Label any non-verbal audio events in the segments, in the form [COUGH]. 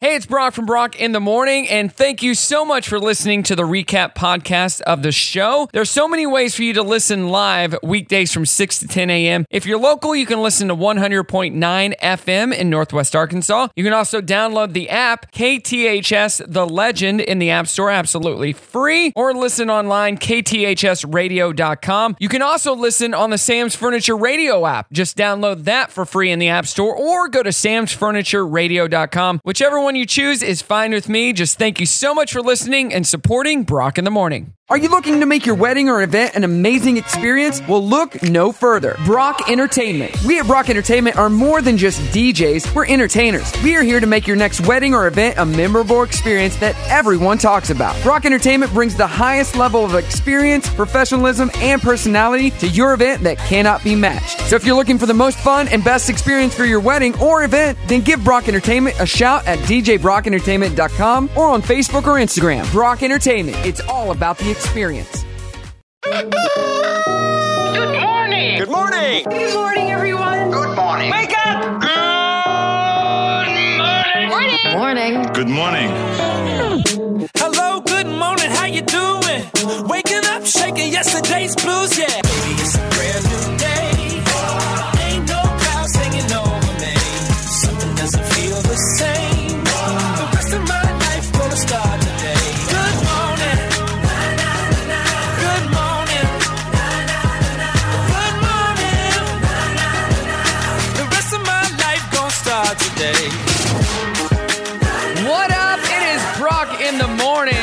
Hey, it's Brock from Brock in the Morning, and thank you so much for listening to the recap podcast of the show. There's so many ways for you to listen live weekdays from 6 to 10 a.m. If you're local, you can listen to 100.9 FM in Northwest Arkansas. You can also download the app KTHS The Legend in the App Store absolutely free, or listen online kthsradio.com. You can also listen on the Sam's Furniture Radio app. Just download that for free in the App Store, or go to samsfurnitureradio.com. Whichever one you choose is fine with me. Just thank you so much for listening and supporting Brock in the Morning. Are you looking to make your wedding or event an amazing experience? Well, look no further. Brock Entertainment. We at Brock Entertainment are more than just DJs, we're entertainers. We are here to make your next wedding or event a memorable experience that everyone talks about. Brock Entertainment brings the highest level of experience, professionalism, and personality to your event that cannot be matched. So if you're looking for the most fun and best experience for your wedding or event, then give Brock Entertainment a shout at djbrockentertainment.com or on Facebook or Instagram. Brock Entertainment. It's all about the experience. Good morning. Good morning. Good morning, everyone. Good morning. Wake up. Good morning. Morning. Good morning. Hello, good morning, how you doing? Waking up, shaking yesterday's blues, yeah. Baby, it's a brand new day. Ain't no clouds hanging over me. Something doesn't feel the same. The rest of my life gonna start today. Good morning. Good morning. Good morning. The rest of my life gonna start today. What up? It is Brock in the Morning.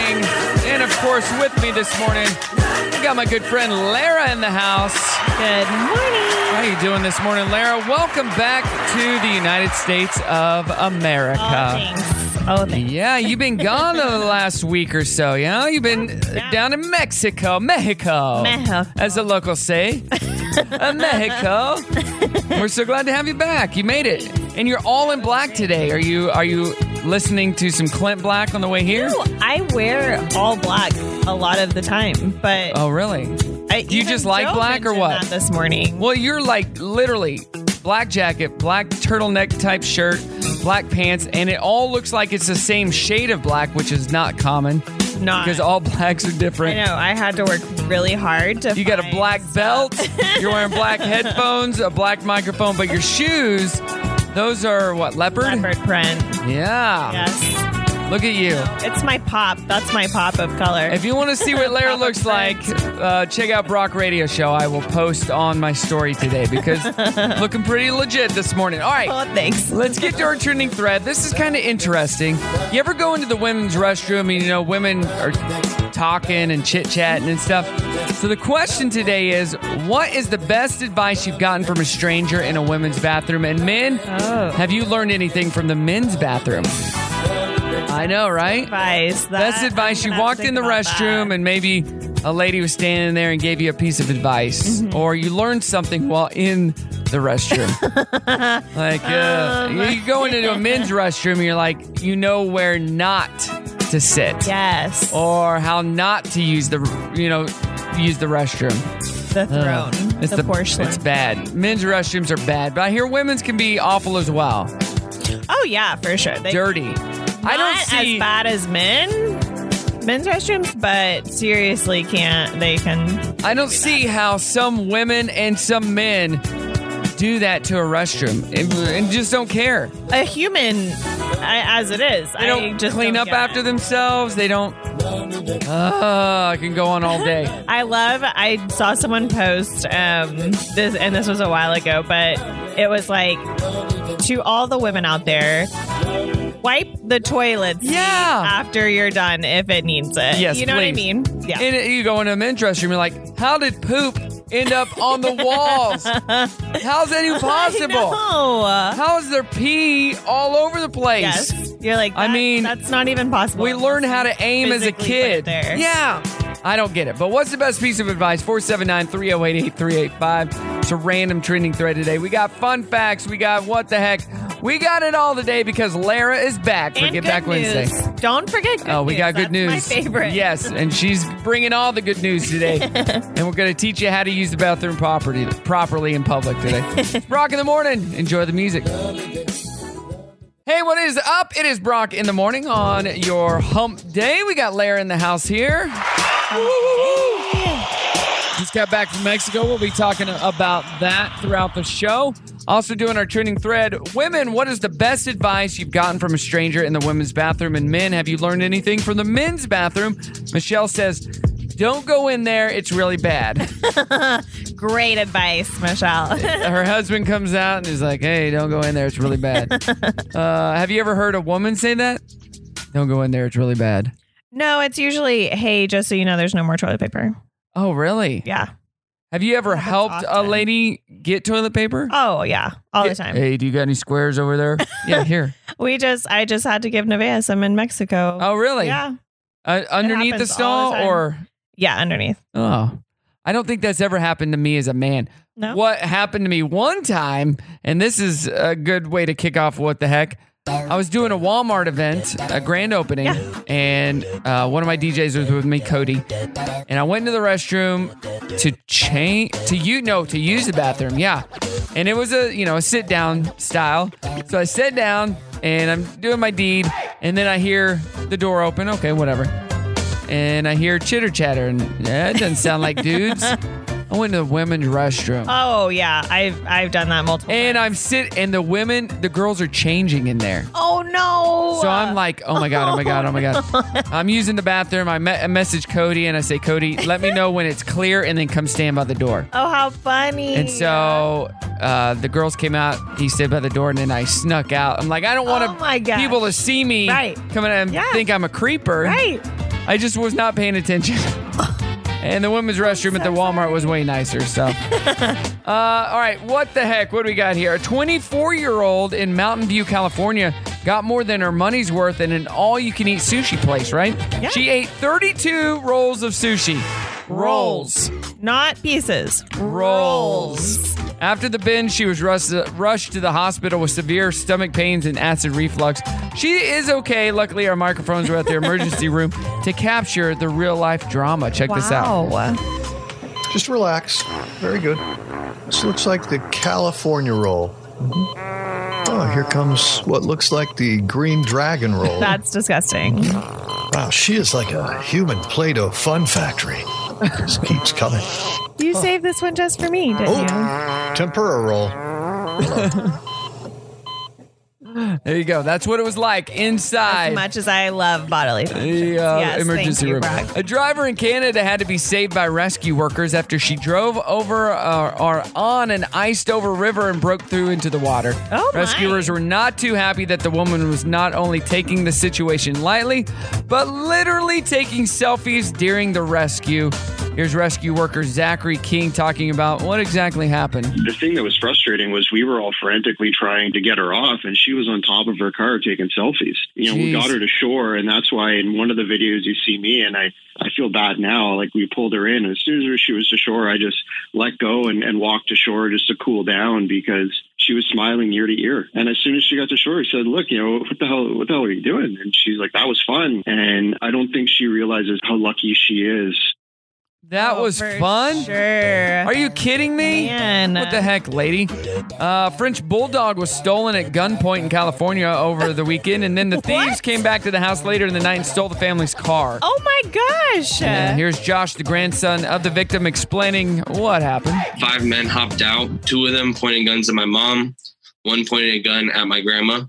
And of course, with me this morning, I got my good friend Lara in the house. Good morning. How you doing this morning, Lara? Welcome back to the United States of America. Oh, thanks. Yeah, you've been gone [LAUGHS] the last week or so. Yeah, you've been uh, down in Mexico, Mexico, Mexico. as the locals [LAUGHS] say, Uh, Mexico. We're so glad to have you back. You made it, and you're all in black today. Are you? Are you listening to some Clint Black on the way here? No, I wear all black a lot of the time, but Oh, really? I you even just like Joe black or mentioned what? that This morning, Well, you're like literally black jacket, black turtleneck type shirt, black pants, and it all looks like it's the same shade of black, which is not common not because all blacks are I different. know I had to work really hard to. You got a find black stuff. belt, you're wearing black headphones, a black microphone, but your shoes, those are what, leopard? leopard print. Yeah. Yes, Look at you. it's my pop. That's my pop of color. If you want to see what Lara looks like, uh, check out Brock Radio Show. I will post on my story today because looking pretty legit this morning. All right. oh, thanks. Let's get to our trending thread. This is kind of interesting. You ever go into the women's restroom and you know women are talking and chit chatting and stuff? So the question today is what is the best advice you've gotten from a stranger in a women's bathroom? And men, Oh. have you learned anything from the men's bathroom? I know, right? Advice. That, Best I'm advice you gonna have walked to in think the about restroom that. and maybe a lady was standing there and gave you a piece of advice, Mm-hmm. or you learned something while in the [LAUGHS] restroom. like uh, Um. you go into a men's restroom, and you're like, you know where not to sit, yes, or how not to use the, you know, use the restroom. Uh, the throne, It's the, porcelain. It's bad. Men's restrooms are bad, but I hear women's can be awful as well. Oh yeah, for sure. They- Dirty. I don't Not see as bad as men. Men's restrooms, but seriously, can't they can? I don't see how some women and some men do that to a restroom and, and just don't care. A human, I, as it is, They don't I just clean don't up get after it. themselves. They don't. Uh, I can go on all day. I love. I saw someone post um, this, and this was a while ago, but it was like to all the women out there. Wipe the toilet seat Yeah. after you're done if it needs it. Yes, you know what I please. mean. Yeah, And it- you go into a men's restroom, you're like, how did poop end up on the walls? How's that [LAUGHS] even possible? No, How is there pee all over the place? yes, you're like. I that- mean, that's not even possible. We learn how to aim as a physically put it kid. there. Yeah. I don't get it. But what's the best piece of advice? 479 308 8385. It's a random trending thread today. We got fun facts. We got what the heck. We got it all today because Lara is back for And Get good Back Wednesday. news. Don't forget. Good Oh, we news. got good That's news. My favorite. Yes, and she's bringing all the good news [LAUGHS] today. and we're going to teach you how to use the bathroom property, [LAUGHS] properly in public today. Rock in the morning. Enjoy the music. Hey, what is up? It is Brock in the morning on your hump day. We got Lara in the house here. Just got back from Mexico. We'll be talking about that throughout the show. Also, doing our trending thread Women, what is the best advice you've gotten from a stranger in the women's bathroom? And men, have you learned anything from the men's bathroom? Michelle says, Don't go in there, it's really [LAUGHS] bad. Great advice, Michelle. Her husband comes out and is like, Hey, don't go in there, it's really [LAUGHS] bad. uh, have you ever heard a woman say that? Don't go in there, it's really bad. [LAUGHS] no, it's usually, hey, just so you know, there's no more toilet paper. Oh, really? Yeah. Have you ever Happens helped often. a lady get toilet paper? Oh, yeah. All the time. Hey, do you got any squares over [LAUGHS] there? yeah, here. We just, I just had to give Nevaeh some in Mexico. Oh, really? Yeah. Uh, underneath the happens all stall the or Yeah, underneath. oh. I don't think that's ever happened to me as a man. No. What happened to me one time, and this is a good way to kick off what the heck. I was doing a Walmart event, a grand opening, and uh, one of my DJs was with me, Cody, and I went into the restroom to change to you know to use the bathroom, yeah. And it was a you know a sit down style, so I sat down and I'm doing my deed, and then I hear the door open. Okay, whatever and I hear chitter chatter, and eh, it doesn't sound like dudes. I went to the women's restroom, Oh, yeah. I've, I've done that multiple and times. I'm sit, and the women, the girls are changing in there. Oh, no. So I'm like, oh my god, oh my god, oh my god. [LAUGHS] I'm using the bathroom. I, me- I message Cody, and I say, Cody, let me know when it's clear, and then come stand by the door. oh, how funny. And so uh, the girls came out. He stood by the door, and then I snuck out. I'm like, I don't Oh want my gosh. people to see me Right. coming out and Yeah. think I'm a creeper. Right. I just was not paying attention. And the women's restroom at the Walmart was way nicer. So, uh, all right, what the heck? What do we got here? A 24 year old in Mountain View, California, got more than her money's worth in an all you can eat sushi place, right? Yeah. She ate 32 rolls of sushi. Rolls. Not pieces. Rolls. Rolls. After the binge, she was rushed, rushed to the hospital with severe stomach pains and acid reflux. She is okay. Luckily, our microphones were at the emergency room to capture the real life drama. Check this out. Wow. Just relax. Very good. This looks like the California roll. Oh, here comes what looks like the green dragon [LAUGHS] roll. That's disgusting. wow, she is like a human Play Doh fun factory. This keeps coming. You Oh. saved this one just for me, didn't you? Tempura roll. There you go. That's what it was like inside. As much as I love bodily functions. the uh, Yes, emergency thank you, room. Brock. A driver in Canada had to be saved by rescue workers after she drove over uh, or on an iced over river and broke through into the water. Oh, my. Rescuers were not too happy that the woman was not only taking the situation lightly, but literally taking selfies during the rescue. Here's rescue worker Zachary King talking about what exactly happened. the thing that was frustrating was we were all frantically trying to get her off, and she was on top of her car taking selfies. You know, we Jeez. got her to shore, and that's why in one of the videos you see me, and I, I feel bad now. Like we pulled her in, and as soon as she was to shore, I just let go and, and walked to shore just to cool down because she was smiling ear to ear. And as soon as she got to shore, I said, "Look, you know, what the hell, what the hell are you doing?" And she's like, "That was fun." And I don't think she realizes how lucky she is That Oh, was for fun. Sure. Are you kidding me? Man. What the heck, lady? Uh, French bulldog was stolen at gunpoint in California over the weekend, and [LAUGHS] then the thieves What? came back to the house later in the night and stole the family's car. Oh my gosh. And here's Josh, the grandson of the victim, explaining what happened. five men hopped out. Two of them pointed guns at my mom. One pointed a gun at my grandma.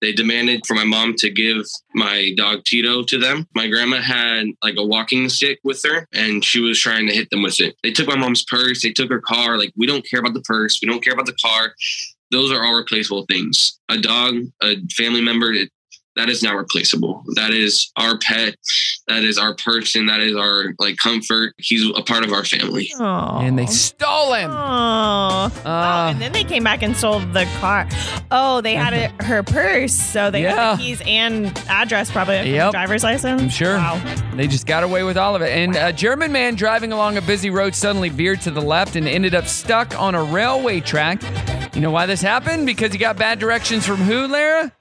They demanded for my mom to give my dog Tito to them. My grandma had like a walking stick with her and she was trying to hit them with it. They took my mom's purse. They took her car. Like, we don't care about the purse. We don't care about the car. Those are all replaceable things. A dog, a family member, it, that is not replaceable. That is our pet. That is our person. That is our like comfort. He's a part of our family. Oh. And they stole him. Oh. Uh, and then they came back and sold the car. Oh, they had it, her purse, so they Yeah. had the keys and address probably. from the Yep. Driver's license. I'm sure. Wow. They just got away with all of it. And a German man driving along a busy road suddenly veered to the left and ended up stuck on a railway track. You know why this happened? Because he got bad directions from who, Lara?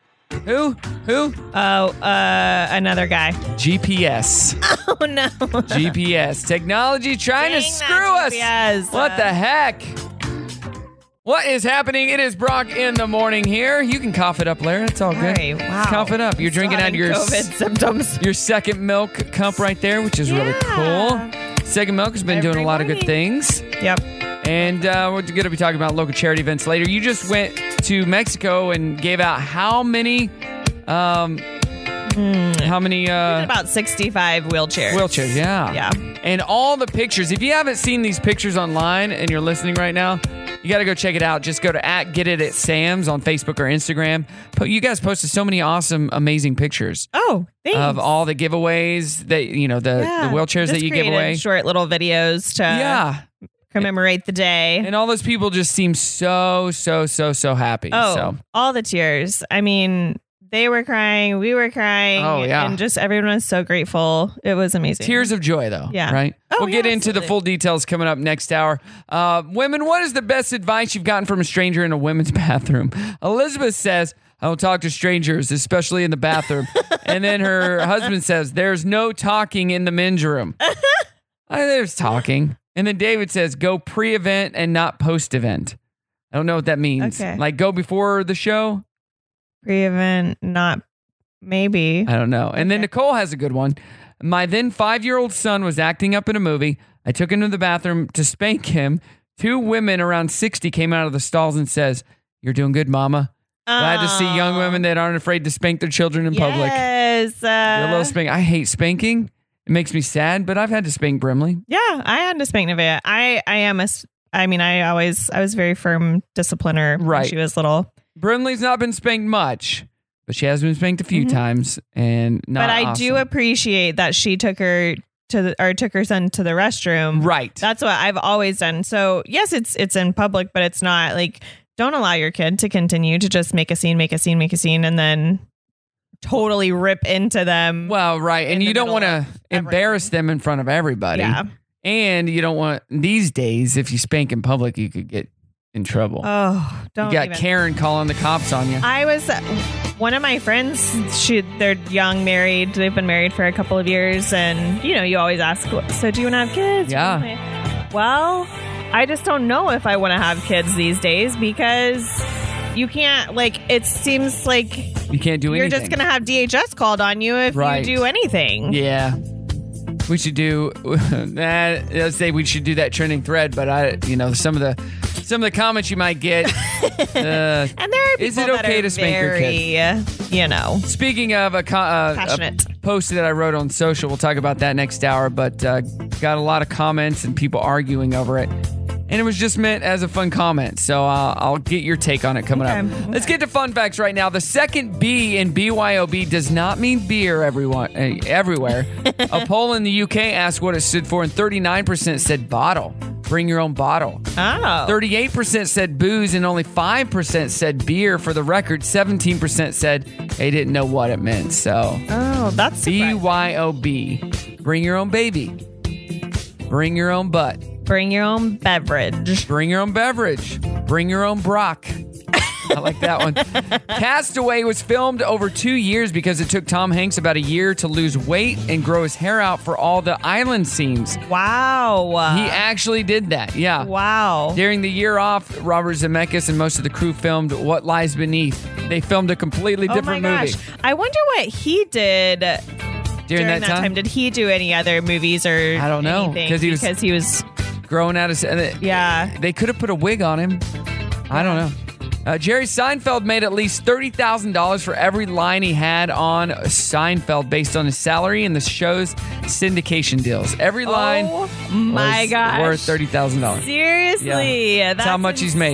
Who? Who? Oh, uh, another guy. [LAUGHS] GPS. Oh no. GPS technology trying to Dang that Uh, screw us. GPS. What the heck? What is happening? It is Brock in the morning here. You can cough it up, Larry. It's all good. Hey, wow. Cough it up. You're drinking out of Starting your COVID symptoms. your second milk cup right there, which is really Yeah. cool. Second milk has been doing Every a lot of good morning. things. Yep. And uh, we're going to be talking about local charity events later. You just went to Mexico and gave out how many, um, how many uh, Hmm. About 65 wheelchairs. wheelchairs? Yeah, Yeah. And all the pictures. If you haven't seen these pictures online and you're listening right now, you got to go check it out. Just go to at Get It at Sam's on Facebook or Instagram. Po- You guys posted so many awesome, amazing pictures Oh, thanks. of all the giveaways that you know the, Yeah. the wheelchairs that Just you give created away. Short little videos to yeah, commemorate the day. and all those people just seem so so so so happy. Oh, so. all the tears. I mean, they were crying, we were crying. Oh, yeah. And just everyone was so grateful. It was amazing. Tears of joy, though. Yeah. Right? Oh, we'll get yeah, into the absolutely. full details coming up next hour. Uh, women, what is the best advice you've gotten from a stranger in a women's [LAUGHS] bathroom? Elizabeth says, I don't talk to strangers, especially in the [LAUGHS] bathroom. and then her husband says, There's no talking in the men's room. [LAUGHS] Uh, there's talking. And then David says, Go pre event and not post event. I don't know what that means. Okay. Like go before the show? Pre event, not maybe. [LAUGHS] I don't know. And then Okay. Nicole has a good one. My then five year old son was acting up in a movie. I took him to the bathroom to spank him. Two women around 60 came out of the stalls and says, You're doing good, mama. Glad to see young women that aren't afraid to spank their children in public. Um, Yes. Uh, Your little spank. I hate spanking. It makes me sad, but I've had to spank Brimley. yeah, I had to spank Nevaeh. I, I am a. s- I mean, I always, I was very firm discipliner when Right. she was little. Brimley's not been spanked much, but she has been spanked a few times and not. Mm-hmm. but I do awesome. appreciate that she took her to the, or took her son to the restroom. Right. That's what I've always done. So yes, it's it's in public, but it's not like don't allow your kid to continue to just make a scene, make a scene, make a scene, and then totally rip into them. Well, right. And in you the don't middle want to of embarrass them in front of everybody. Yeah. And you don't want these days if you spank in public, you could get in trouble. oh, don't you got even. Uh, Karen calling the cops on you. I was one of my friends. She they're young, married. They've been married for a couple of years, and you know you always ask, so do you want to have kids? Yeah. Well, I just don't know if I want to have kids these days because you can't. Like it seems like you can't do you're anything. just gonna have DHS called on you if Right. you do anything. Yeah. We should do [LAUGHS] that. I'd say we should do that trending thread, but I, you know, some of the some of the comments you might [LAUGHS] get. uh, And there are people Is it that okay are to spank your very, you know, Speaking of a, co- uh, Passionate. a post that I wrote on social, we'll talk about that next hour, but uh, got a lot of comments and people arguing over it. And it was just meant as a fun comment. So uh, I'll get your take on it coming up. Okay, Let's get to fun facts right now. The second B in BYOB does not mean beer everyone, eh, [LAUGHS] everywhere. a poll in the UK asked what it stood for, and 39% said bottle. Bring your own bottle. oh, 38% said booze and only 5% said beer. For the record, 17% said they didn't know what it meant. So, oh, that's surprising. BYOB. Bring your own baby. Bring your own butt. bring your own beverage. Bring your own beverage. Bring your own Brock. I like that [LAUGHS] one. Castaway was filmed over two years because it took Tom Hanks about a year to lose weight and grow his hair out for all the island scenes. Wow. He actually did that. Yeah. Uh. wow. During the year off, Robert Zemeckis and most of the crew filmed What Lies Beneath. They filmed a completely Oh my different gosh. movie I wonder what he did during, during, that, time? Did he do any other movies or I don't know, anything? 'cause he was- because he was Growing out of and it- yeah. they could have put a wig on him. I don't know. Uh, Jerry Seinfeld made at least thirty thousand dollars for every line he had on Seinfeld, based on his salary and the show's syndication deals. Every [LAUGHS] line Oh my was gosh. worth thirty thousand dollars. Seriously, Yeah. that's That's how much he's made.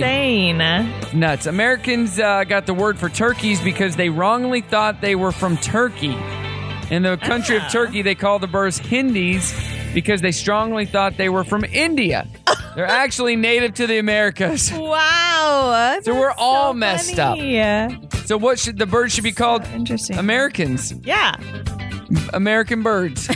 Insane. nuts. Americans uh, got the word for turkeys because they wrongly thought they were from Turkey. In the country Ah. of Turkey, they call the birds Hindis because they strongly thought they were from India. [LAUGHS] They're actually native to the Americas. Wow. So we're all messed up. Yeah. So what should the bird should be called? Interesting. Americans, yeah. American [LAUGHS] birds,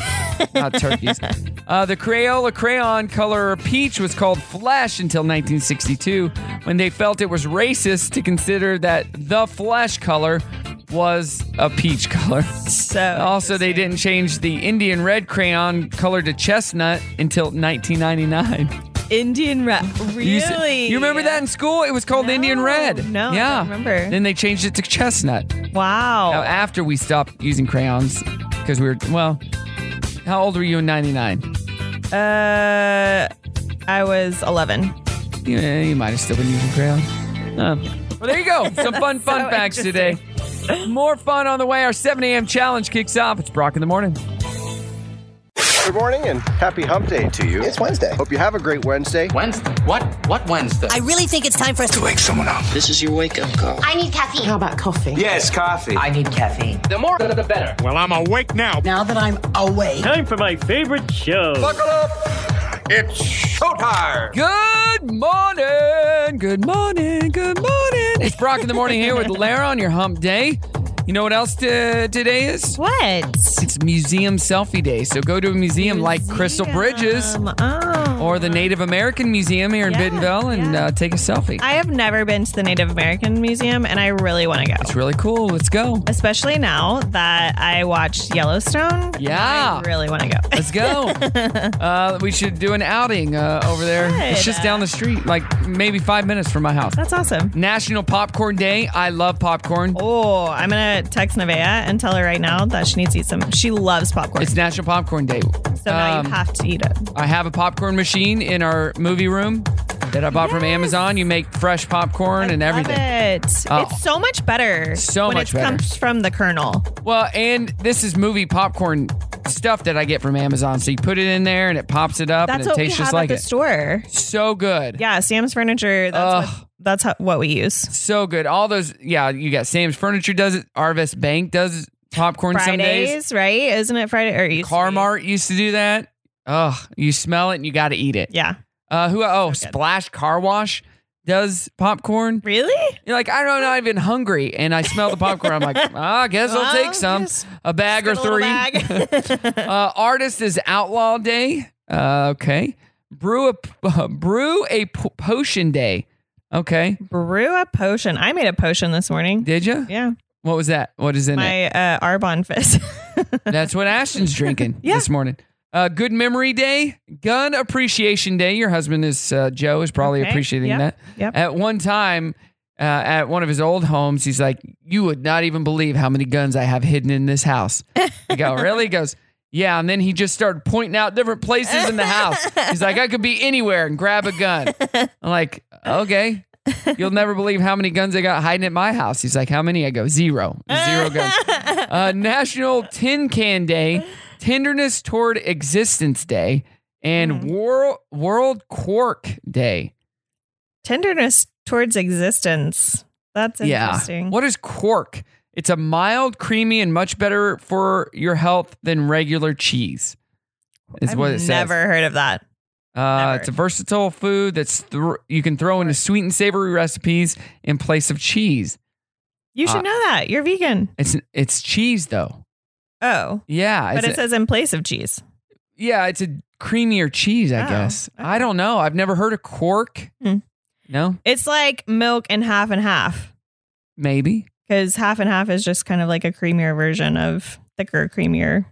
not turkeys. Uh, the Crayola crayon color peach was called flesh until 1962 when they felt it was racist to consider that the flesh color was a peach color. So Also, they didn't change the Indian red crayon color to chestnut until 1999. Indian red. Really? You s- You, remember that in school? It was called Indian No, Red. no, I yeah. don't remember. Then they changed it to Chestnut. Wow. Now, after we stopped using crayons, because we were well, how old were you in '99? Uh, I was 11. You, eh, you might have still been using crayons. Uh, well, there you go. Some fun fun so facts today. More fun on the way. Our 7 a.m. challenge kicks off. It's Brock in the morning. Good morning and happy hump day to you. It's Wednesday. Hope you have a great Wednesday. Wednesday? What? What Wednesday? I really think it's time for us to wake someone up. This is your wake up call. I need caffeine. How about coffee? Yes, coffee. I need caffeine. The more, the better. Well, I'm awake now. Now that I'm awake. Time for my favorite show. Buckle up. It's showtime. Good morning. Good morning. Good morning. It's Brock in the morning here with Lara on your hump day. You know what else to, today is? What? It's Museum Selfie Day. So go to a museum, like Crystal Bridges Oh. or the Native American Museum here in Bentonville and uh, take a selfie. I have never been to the Native American Museum, and I really want to go. It's really cool. Let's go. Especially now that I watched Yellowstone. Yeah. I really want to go. Let's [LAUGHS] go. uh, we should do an outing uh, over there. It's just down the street, like maybe five minutes from my house. That's awesome. [LAUGHS] National Popcorn Day. I love popcorn. Oh, I'm gonna text Nevaeh and tell her right now that she needs to eat some. She loves popcorn. It's National Popcorn Day. So now Um, you have to eat it. I have a popcorn machine in our movie room that I bought from Amazon. You make fresh popcorn and everything. Love it. Oh. It's so much better. So when much it better. comes from the kernel. Well, and this is movie popcorn stuff that I get from Amazon. So you put it in there and it pops it up and That's it what we tastes just have like at the it. store. So good. Yeah, Sam's Furniture. That's what, that's how, what we use. So good. All those, yeah, you got Sam's Furniture does it, Arvest Bank does popcorn some days. Fridays, right? Isn't it Friday? Or used to be. Carmart used to do that. Oh, you smell it and you got to eat it. Yeah. Uh, who? Oh, Splash Car Wash does popcorn. Really? You're like, I don't know. I've been hungry and I smell the popcorn. [LAUGHS] I'm like, ah, I guess I'll Well, take some, Oh, just- a bag or just get a three. little [LAUGHS] uh, artist is Outlaw Day. Uh, okay. Brew a [LAUGHS] brew a p- potion day. Okay. [LAUGHS] Brew a potion. I made a potion this morning. Did you? Yeah. What was that? What is in it? My uh, Arbonne fizz. That's what [LAUGHS] Ashton's drinking this morning. Uh, good memory day, gun appreciation day. Your husband is uh, Joe is probably Okay. appreciating Yep. that. Yep. At one time, uh, at one of his old homes, he's like, "You would not even believe how many guns I have hidden in this house." I [LAUGHS] go, "Really?" He goes, "Yeah." And then he just started pointing out different places in the house. He's like, "I could be anywhere and grab a gun." I'm like, "Okay." You'll never believe how many guns I got hiding at my house. He's like, "How many?" I go, zero. [LAUGHS] Zero guns." uh, National Tin Can Day, Tenderness Toward Existence Day, and Hmm. World World Quark Day. Tenderness towards existence. That's interesting. What is quark? It's a mild, creamy, and much better for your health than regular cheese. Is I've what it says. never heard of that. Uh, it's a versatile food that's thr you can throw into sweet and savory recipes in place of cheese. You should Uh, know that. You're vegan. It's it's cheese though. Oh. Yeah, But it's it a- says in place of cheese. yeah, it's a creamier cheese. I Oh, guess I don't know. I've never heard of quark. Hmm. No, It's like milk and half and half. maybe. Because half and half is just kind of like a creamier version of thicker, creamier. of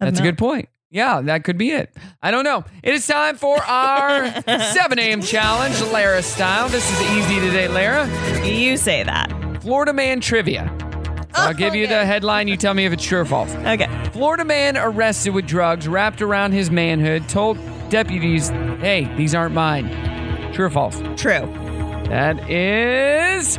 That's a milk. good point. Yeah, that could be it. I don't know. It is time for [LAUGHS] our 7 a.m. challenge, Lara style. This is easy today, Lara. You say that. Florida Man trivia. I'll give you the headline. You tell me if it's true or false. Okay. Florida man arrested with drugs wrapped around his manhood told deputies, hey, these aren't mine. True or false? True. That is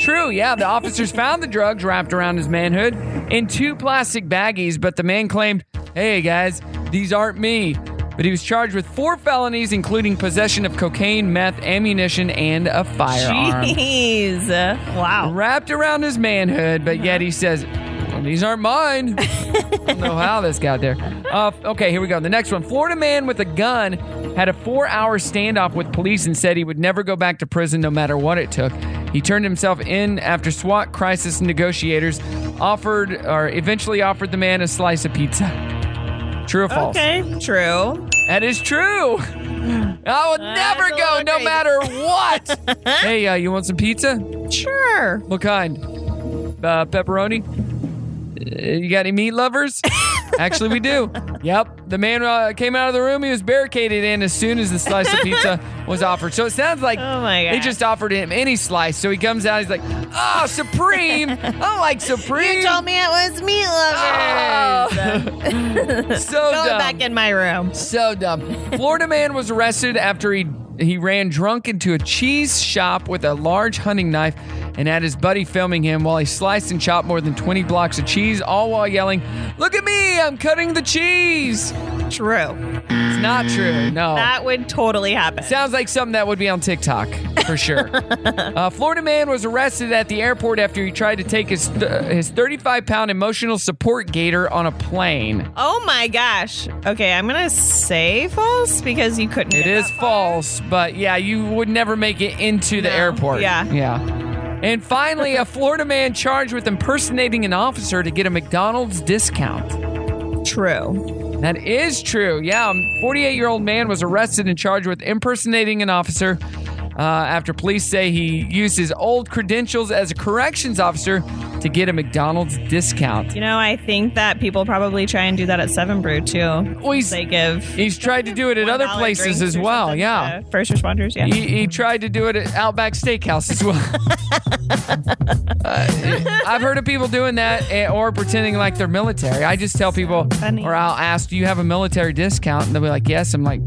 true. Yeah, the officers found the drugs wrapped around his manhood in two plastic baggies, but the man claimed, hey guys, these aren't me. But he was charged with four felonies, including possession of cocaine, meth, ammunition, and a firearm Jeez. Wow. wrapped around his manhood, but yet he says, "Well, These aren't mine. I don't know how this got there. Uh, okay, here we go. The next one Florida man with a gun had a four hour standoff with police and said he would never go back to prison no matter what it took. He turned himself in after SWAT crisis negotiators offered or eventually offered the man a slice of pizza. True or false? Okay. True. That is true. I will never go no matter what. hey, uh, you want some pizza? Sure. What kind? Uh, pepperoni? you got any meat [LAUGHS] lovers? Actually, we do. Yep. The man uh, came out of the room. He was barricaded in as soon as the slice of [LAUGHS] pizza was offered. So it sounds like Oh they just offered him any slice. So he comes out. He's like, oh, Supreme. I like Supreme. Oh. You told me it was meat [LAUGHS] [LAUGHS] lovers. so Going dumb. back in my room. So dumb. Florida man was arrested after he he ran drunk into a cheese shop with a large hunting knife and had his buddy filming him while he sliced and chopped more than 20 blocks of cheese, all while yelling, "Look at me! I'm cutting the cheese." True. It's not true. No. That would totally happen. Sounds like something that would be on TikTok for sure. A Florida man was arrested at the airport after he tried to take his his 35 pound emotional support gator on a plane. Oh my gosh. Okay, I'm gonna say false because you couldn't. It is false, but yeah, you would never make it into the airport. Yeah. Yeah. And finally, a Florida man charged with impersonating an officer to get a McDonald's discount. True. That is true. Yeah. 48 year old man was arrested and charged with impersonating an officer uh, after police say he used his old credentials as a corrections officer to get a McDonald's discount. You know, I think that people probably try and do that at Seven Brew too. they give. He's tried to do it at other $1 places drinks as or well. something Yeah. First responders. Yeah. He, he tried to do it at Outback Steakhouse as well. Uh, I've heard of people doing that eh, or pretending like they're military. I just tell people, or I'll ask, "Do you have a military discount?" And they'll be like, "Yes." I'm like,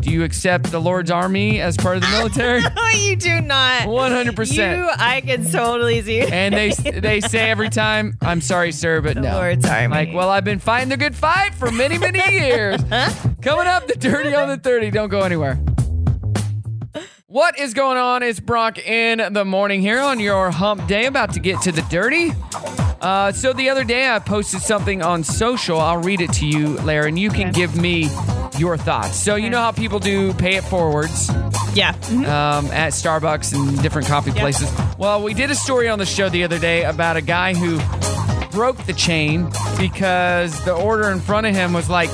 "Do you accept the Lord's Army as part of the military?" [LAUGHS] No, you do not. One hundred You, percent. I could totally see. Oh, And they they say every time, "I'm sorry, sir, but no." Lord's Army. Like, well, I've been fighting the good fight for many many years. Coming up, the dirty on the thirty. Don't go anywhere. What is going on? It's Brock in the morning here on your hump day, about to get to the dirty. Uh, so, the other day I posted something on social. I'll read it to you, Lara, and you can give me your thoughts. So, you know how people do pay it forwards? Yeah. Um, at Starbucks and different coffee places. Well, we did a story on the show the other day about a guy who broke the chain because the order in front of him was like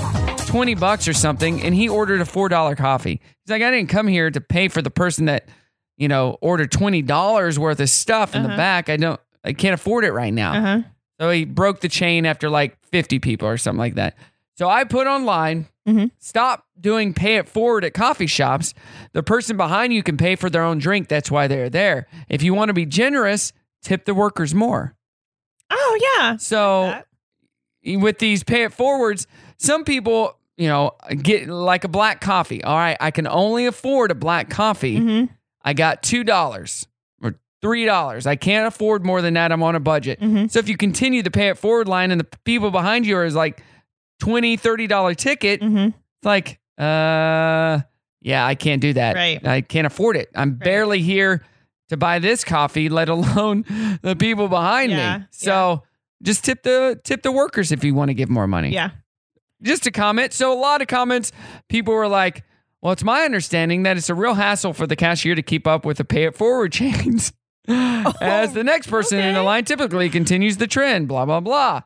20 bucks or something and he ordered a $4 coffee. He's like I didn't come here to pay for the person that, you know, ordered $20 worth of stuff in the Uh-huh. back. I don't I can't afford it right now. Uh-huh. So he broke the chain after like 50 people or something like that. So I put online, stop doing pay it forward at coffee shops. The person behind you can pay for their own drink. That's why they're there. If you want to be generous, tip the workers more. Oh, yeah. So with these pay it forwards, some people, you know, get like a black coffee. All right, I can only afford a black coffee. Mm-hmm, I got $2 or $3. I can't afford more than that. I'm on a budget. Mm-hmm. So if you continue the pay it forward line and the people behind you are is like 20 $30 ticket, Mm-hmm. it's like, uh, yeah, I can't do that. Right. I can't afford it. I'm barely here to buy this coffee, [LAUGHS] let alone the people behind Yeah, me. So just tip the tip the workers if you want to give more money. Yeah. Just a comment. So a lot of comments, people were like, "Well, it's my understanding that it's a real hassle for the cashier to keep up with the pay it forward [LAUGHS] chains." As the next person in the line typically continues the trend, blah blah blah.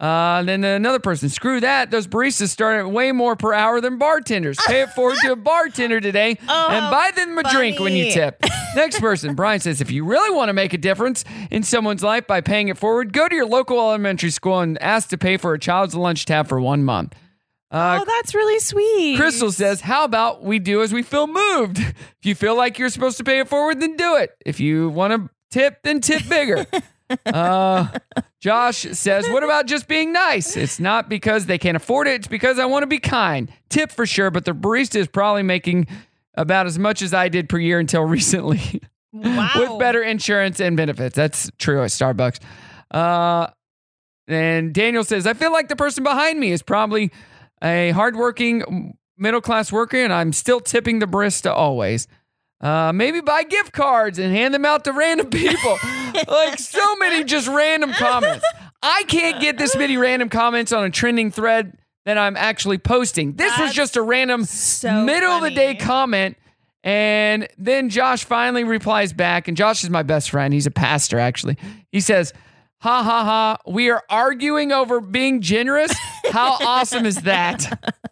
Uh, then another person, screw that. Those baristas start at way more per hour than bartenders. Pay it forward to a bartender today and buy them a drink when you funny. tip. Next person, Brian says, if you really want to make a difference in someone's life by paying it forward, go to your local elementary school and ask to pay for a child's lunch tab for one month. Uh, Oh, that's really sweet. Crystal says, How about we do as we feel moved? If you feel like you're supposed to pay it forward, then do it. If you want to tip, then tip bigger. uh, Josh says, What about just being nice? It's not because they can't afford it, it's because I want to be kind. Tip for sure, but the barista is probably making about as much as I did per year until [LAUGHS] recently. With better insurance and benefits. That's true at Starbucks. Uh, and Daniel says, I feel like the person behind me is probably a hardworking middle class worker, and I'm still tipping the barista always. Uh, maybe buy gift cards and hand them out to random people. like so many just random comments. I can't get this many random comments on a trending thread that I'm actually posting. This was just a random middle of the day comment. And then Josh finally replies back, and Josh is my best friend. He's a pastor, actually. He says, Ha ha ha, we are arguing over being generous How awesome is that? [LAUGHS]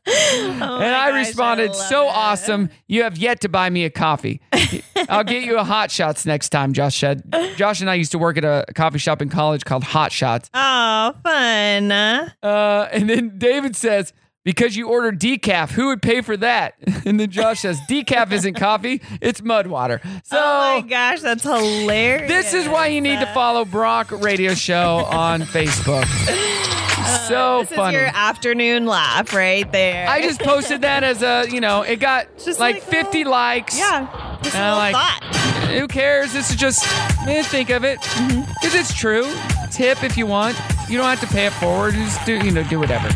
and Oh I responded, so awesome. You have yet to buy me a coffee. [LAUGHS] I'll get you a Hot Shots next time, Josh said. Josh and I used to work at a coffee shop in college called Hot Shots. Oh, fun. Uh, and then David says, because you ordered decaf, who would pay for that? [LAUGHS] And then Josh says, decaf isn't coffee, it's mud water. So, oh my gosh, that's hilarious. This is why you need to follow Brock Radio Show on [LAUGHS] Facebook. so Uh, This funny. is your afternoon laugh right there. I just posted that as a, you know, it got like, 50 likes. Yeah. Just a And I'm little like, thought. Who cares? This is just, eh, think of it. Because Mm-hmm. it's true. Tip if you want. You don't have to pay it forward. You just do, you know, do whatever.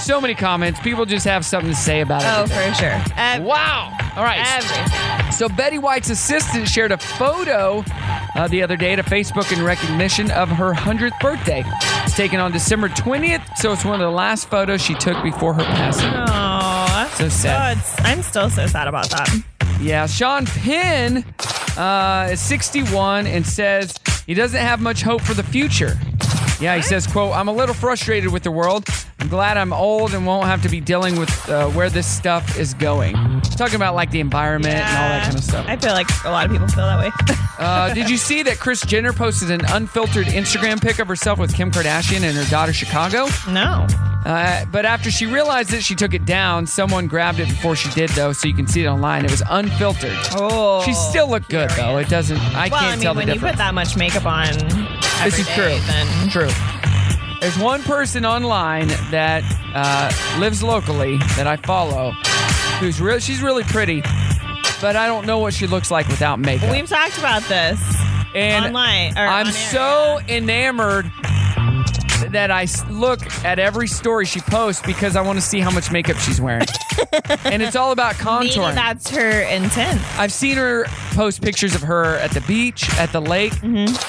So many comments. People just have something to say about it. Oh, for sure. wow. All right. So Betty White's assistant shared a photo uh, the other day to Facebook in recognition of her 100th birthday. It's taken on December 20th, so it's one of the last photos she took before her passing. Oh, So sad. I'm still so sad about that. Yeah, Sean Penn uh, is 61 and says he doesn't have much hope for the future. Yeah, he says, "quote I'm a little frustrated with the world. I'm glad I'm old and won't have to be dealing with uh, where this stuff is going." Talking about like the environment and all that kind of [LAUGHS] stuff. I feel like a lot of people feel that way. [LAUGHS] Uh, did you see that Chris Jenner posted an unfiltered Instagram pic of herself with Kim Kardashian and her daughter Chicago? No. Uh, but after she realized it, she took it down. Someone grabbed it before she did, though, so you can see it online. It was unfiltered. Oh, she still looked good, though. It doesn't. I well, can't I mean, tell the when difference. you put that much makeup on, This every is day, true. Then True. There's one person online that uh, lives locally that I follow, who's real. She's really pretty, but I don't know what she looks like without makeup. we've talked about this and online. Or I'm on air. so enamored that I s- look at every story she posts because I want to see how much makeup she's [LAUGHS] wearing, and it's all about Maybe contouring. that's her intent. I've seen her post pictures of her at the beach, at the lake,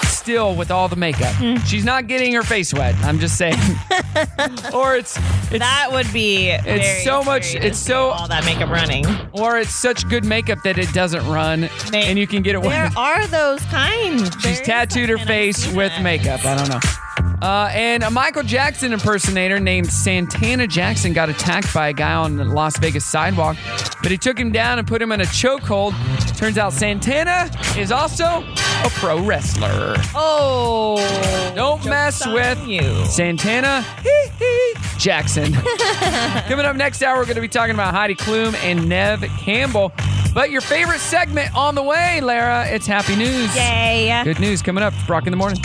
still with all the makeup. She's not getting her face wet. I'm just saying. or it's, it's that would be. It's It's so much. It's so all that makeup running. Or it's such good makeup that it doesn't run, and you can get it There wet. [LAUGHS] are those kinds. [LAUGHS] She's tattooed her face with makeup. I don't know. Uh, and a Michael Jackson impersonator named Santana Jackson got attacked by a guy on the Las Vegas sidewalk, but he took him down and put him in a chokehold. Turns out Santana is also a pro wrestler. Oh, don't mess with you, [LAUGHS] Santana Jackson. Coming up next hour, we're going to be talking about Heidi Klum and Nev Campbell. But your favorite segment on the way, Lara. It's Happy News. Yay. Good news coming up. Brock in the morning.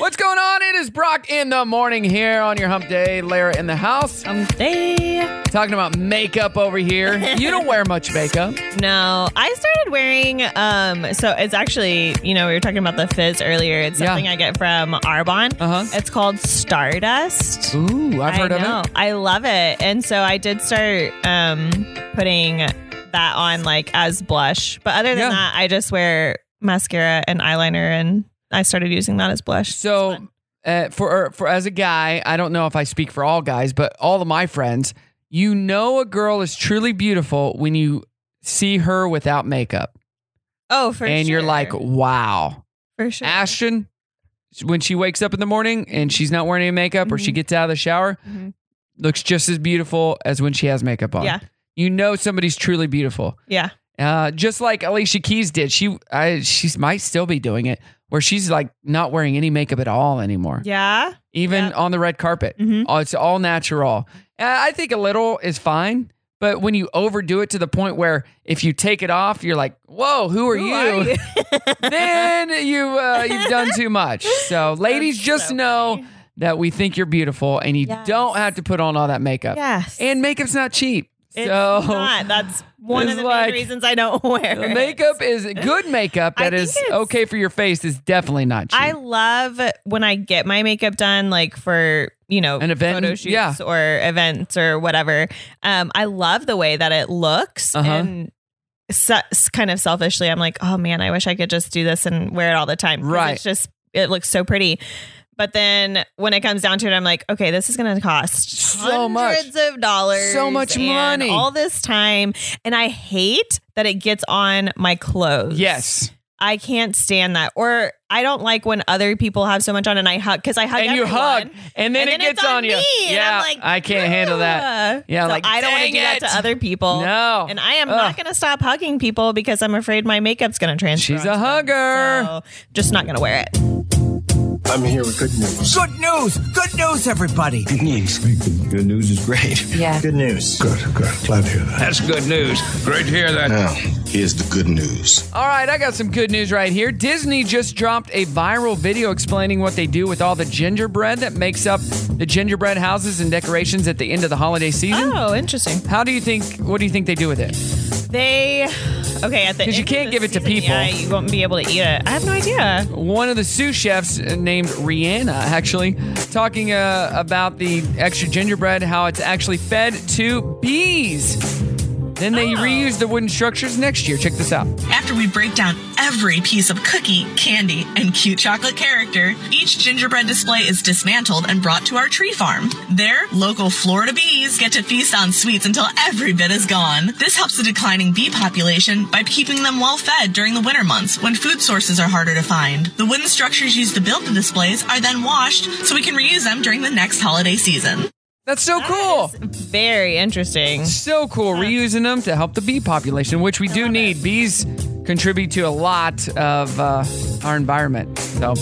What's going on? It is Brock in the morning here on your hump day. Lara in the house. Hump day. Talking about makeup over here. You don't wear much [LAUGHS] makeup. No, I started wearing. Um, so it's actually, you know, we were talking about the fizz earlier. It's something I get from Arbonne. Uh huh. It's called Stardust. Uh-huh. Ooh, I've heard I of it. know. I love it, and so I did start um putting that on like as blush. But other than Yeah. that, I just wear mascara and eyeliner, and I started using that as blush. So uh, for or for as a guy, I don't know if I speak for all guys, but all of my friends, you know, a girl is truly beautiful when you see her without makeup, Oh, for and you're sure. like, wow. for sure. Ashton, when she wakes up in the morning and she's not wearing any makeup, or Mm-hmm. she gets out of the shower, looks just as beautiful as when she has makeup on. Yeah. you know somebody's truly beautiful. Yeah. Uh, just like Alicia Keys did. She I, she might still be doing it, where she's like not wearing any makeup at all anymore Yeah. even on the red carpet. Mm-hmm. Oh, it's all natural. Uh, I think a little is fine, but when you overdo it to the point where if you take it off, you're like, "Whoa, who are you?" [LAUGHS] then you uh, you've done too [LAUGHS] much. So, ladies, just know that we think you're beautiful, and you don't have to put on all that makeup. Yes. and makeup's not cheap. It's so not. That's one it's of the like- main reasons I don't [LAUGHS] wear [LAUGHS] it. makeup [LAUGHS] is good makeup that is okay for your face is definitely not cheap. I love when I get my makeup done, like for you know An event, photo shoots yeah. or events or whatever. Um, I love the way that it looks, Uh-huh. and se- s- kind of selfishly, I'm like, oh man, I wish I could just do this and wear it all the time. 'Cause Right. It's just it looks so pretty. But then when it comes down to it, I'm like, okay, this is going to cost So much. hundreds of dollars, So much and money. all this time, and I hate that it gets on my clothes. Yes. I can't stand that. Or I don't like when other people have so much on and I hug because I hug and you everyone. hug, and then And it then gets it's on you. me, and I'm yeah, like, I can't handle that. Yeah, So like I don't want dang to do that it. to other people. No. and I am Ugh. not going to stop hugging people because I'm afraid my makeup's going to transfer. She's a hugger. So just not going to wear it. I'm here with good news. Good news! Good news, everybody! Good news. Good news is great. Yeah. Good news. Good, good. Glad to hear that. That's good news. Great to hear that. Now, here's the good news. All right, I got some good news right here. Disney just dropped a viral video explaining what they do with all the gingerbread that makes up the gingerbread houses and decorations at the end of the holiday season. Oh, interesting. How do you think? What do you think they do with it? They okay at the because you can't give it to people. Yeah, you won't be able to eat it. I have no idea. One of the sous chefs uh, named Rihanna, actually, talking uh, about the extra gingerbread, how it's actually fed to bees. Then they reuse the wooden structures next year. Check this out. After we break down every piece of cookie, candy, and cute chocolate character, each gingerbread display is dismantled and brought to our tree farm. There, local Florida bees get to feast on sweets until every bit is gone. This helps the declining bee population by keeping them well fed during the winter months when food sources are harder to find. The wooden structures used to build the displays are then washed so we can reuse them during the next holiday season. That's so cool. very interesting. So cool. Reusing them to help the bee population, which we do need. Bees contribute to a lot of uh, our environment. So,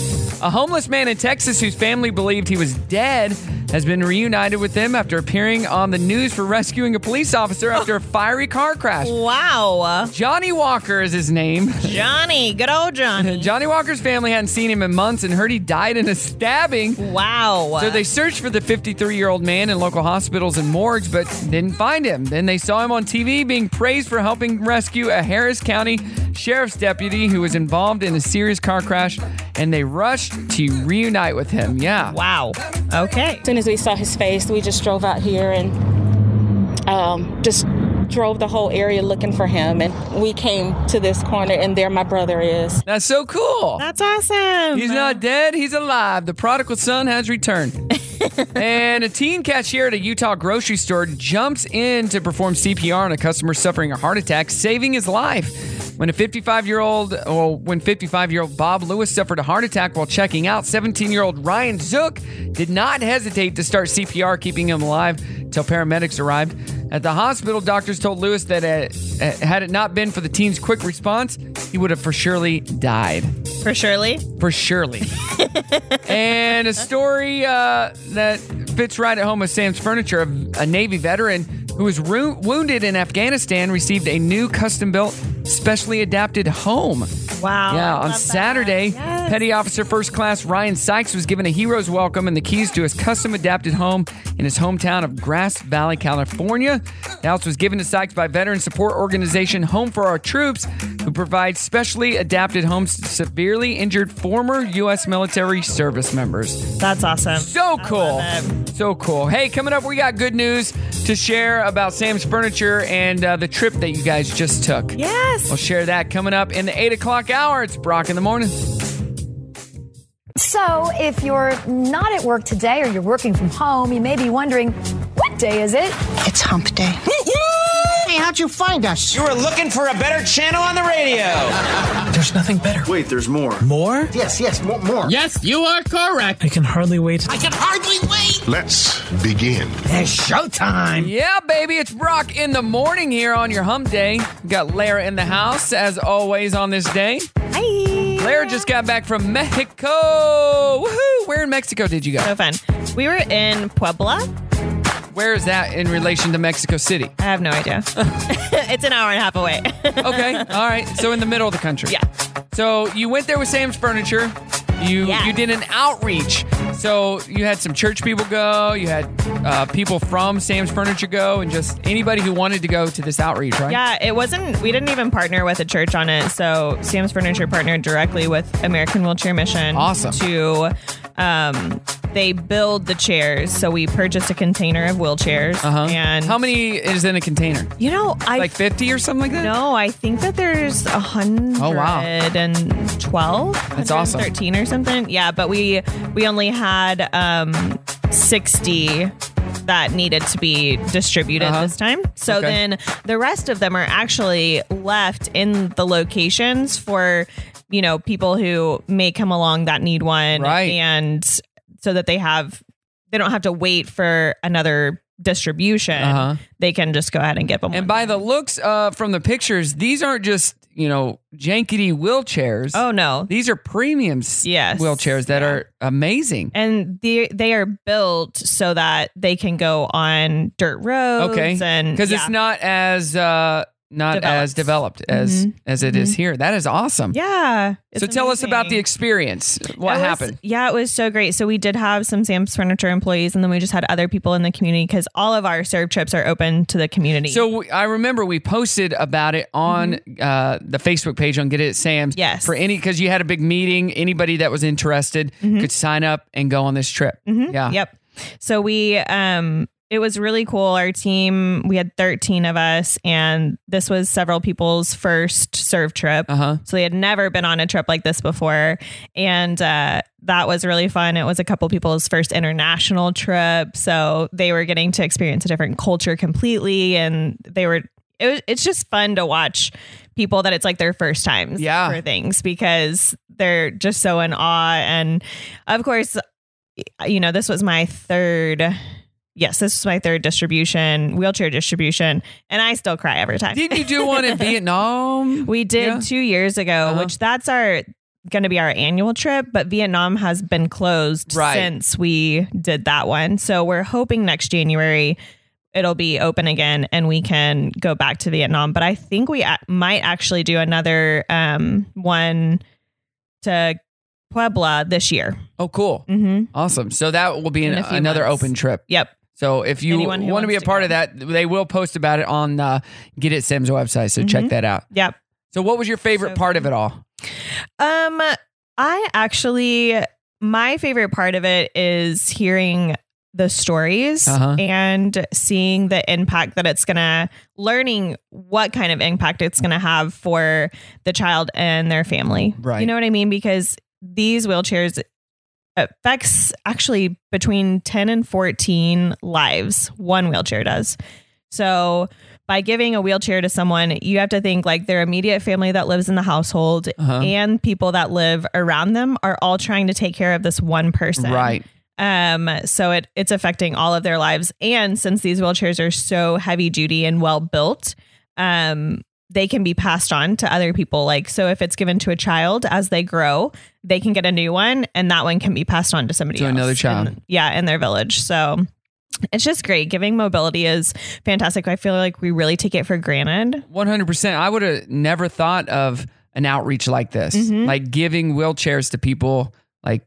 a homeless man in Texas whose family believed he was dead has been reunited with them after appearing on the news for rescuing a police officer after a fiery car crash. Wow. Johnny Walker is his name. Johnny, good old Johnny. [LAUGHS] Johnny Walker's family hadn't seen him in months and heard he died in a stabbing. Wow. So they searched for the 53 year old man in local hospitals and morgues, but didn't find him. Then they saw him on TV being praised for helping rescue a Harris County sheriff's deputy who was involved in a serious car crash, and they rushed to reunite with him. Yeah. Wow. Okay. As soon as we saw his face, we just drove out here and um, just drove the whole area looking for him. And we came to this corner, and there my brother is. That's so cool. That's awesome. He's not dead, he's alive. The prodigal son has returned. and a teen cashier at a Utah grocery store jumps in to perform CPR on a customer suffering a heart attack, saving his life. When a 55 year old, well, when 55 year old Bob Lewis suffered a heart attack while checking out, 17 year old Ryan Zook did not hesitate to start CPR, keeping him alive till paramedics arrived. At the hospital, doctors told Lewis that uh, uh, had it not been for the teen's quick response, he would have for surely died. For surely? For surely. and a story uh, that fits right at home with Sam's furniture. A Navy veteran who was ru- wounded in Afghanistan received a new custom built, specially adapted home. Wow. Yeah, on Saturday, Petty Officer First Class Ryan Sykes was given a hero's welcome and the keys to his custom adapted home in his hometown of Grass Valley, California. The house was given to Sykes by veteran support organization Home for Our Troops, who provides specially adapted homes to severely injured former U.S. military service members. That's awesome. So cool. So cool. Hey, coming up, we got good news to share about Sam's Furniture and uh, the trip that you guys just took. Yes. We'll share that coming up in the 8 o'clock hour. It's Brock in the morning. So, if you're not at work today or you're working from home, you may be wondering, what day is it? It's hump day. Hey, how'd you find us? You were looking for a better channel on the radio. There's nothing better. Wait, there's more. More? yes, yes, more, more. Yes, you are correct. I can hardly wait. I can hardly wait. Let's begin. It's showtime. Yeah, baby, it's Brock in the morning here on your hump day. Got Lara in the house, as always, on this day. Hi. Lara just got back from Mexico. Woohoo! Where in Mexico did you go? So fun. We were in Puebla. Where is that in relation to Mexico City? I have no [LAUGHS] idea. it's an hour and a half away. [LAUGHS] okay, all right. So in the middle of the country. Yeah. So you went there with Sam's Furniture. You you did an outreach. So you had some church people go. You had uh, people from Sam's Furniture go, and just anybody who wanted to go to this outreach, right? Yeah, it wasn't. We didn't even partner with a church on it. So Sam's Furniture partnered directly with American Wheelchair Mission. Awesome. To, um, they build the chairs. So we purchased a container of wheelchairs. Uh-huh. And how many is in a container? You know, I like fifty or something like that. No, I think that there's a hundred Oh, wow. and twelve. That's awesome. Thirteen or something. Yeah, but we we only had um sixty that needed to be distributed Uh-huh. this time. So Okay. then the rest of them are actually left in the locations for you know, people who may come along that need one. Right. And so that they have, they don't have to wait for another distribution. Uh-huh. They can just go ahead and get them. And by the looks uh, from the pictures, these aren't just you know jankety wheelchairs. Oh no, these are premium s- Yes. wheelchairs that are amazing. and they they are built so that they can go on dirt roads. okay, and because it's yeah. not as uh, not as developed as Mhm. as it is Mhm. here. That is awesome. Yeah. So tell us about the experience. What It was- happened? yeah, it was so great. So we did have some Sam's Furniture employees, and then we just had other people in the community because all of our serve trips are open to the community. So we, I remember we posted about it on uh, the Facebook page on Get It at Sam's. Mm-hmm. Yes. For any, because you had a big meeting, anybody that was interested Mm-hmm. could sign up and go on this trip. Mhm. Yeah. Yep. So we um it was really cool. Our team, we had 13 of us, and this was several people's first serve trip. Uh-huh. So they had never been on a trip like this before. And uh, that was really fun. It was a couple people's first international trip. So they were getting to experience a different culture completely. And they were, it was, it's just fun to watch people that it's like their first times yeah. for things because they're just so in awe. And of course, you know, this was my third. Yes, this was my third distribution, wheelchair distribution, and I still cry every time. Didn't you do one [LAUGHS] in Vietnam? We did Yeah. Uh-huh. two years ago, which that's our going to be our annual trip, but Vietnam has been closed Right. since we did that one. So we're hoping next January it'll be open again and we can go back to Vietnam. But I think we a- might actually do another um, one to Puebla this year. Oh, cool. Mm-hmm. Awesome. So that will be In an, a few another months. open trip. Yep. So if you Anyone who want to be a wants part of that, they will post about it on uh, Get It Sam's website. So check Mhm. that out. Yep. So what was your favorite part of it all? Um, I actually, my favorite part of it is hearing the stories Uh-huh. and seeing the impact that it's gonna, learning what kind of impact it's gonna have for the child and their family. Right. You know what I mean? Because these wheelchairs affects actually between 10 and 14 lives one wheelchair does so by giving a wheelchair to someone you have to think like their immediate family that lives in the household Uh-huh. and people that live around them are all trying to take care of this one person Right. um so it it's affecting all of their lives and since these wheelchairs are so heavy duty and well built um they can be passed on to other people like so if it's given to a child as they grow they can get a new one and that one can be passed on to somebody To else another child. in- yeah in their village so it's just great giving mobility is fantastic i feel like we really take it for granted One hundred percent. I would have never thought of an outreach like this, Mhm. like giving wheelchairs to people. Like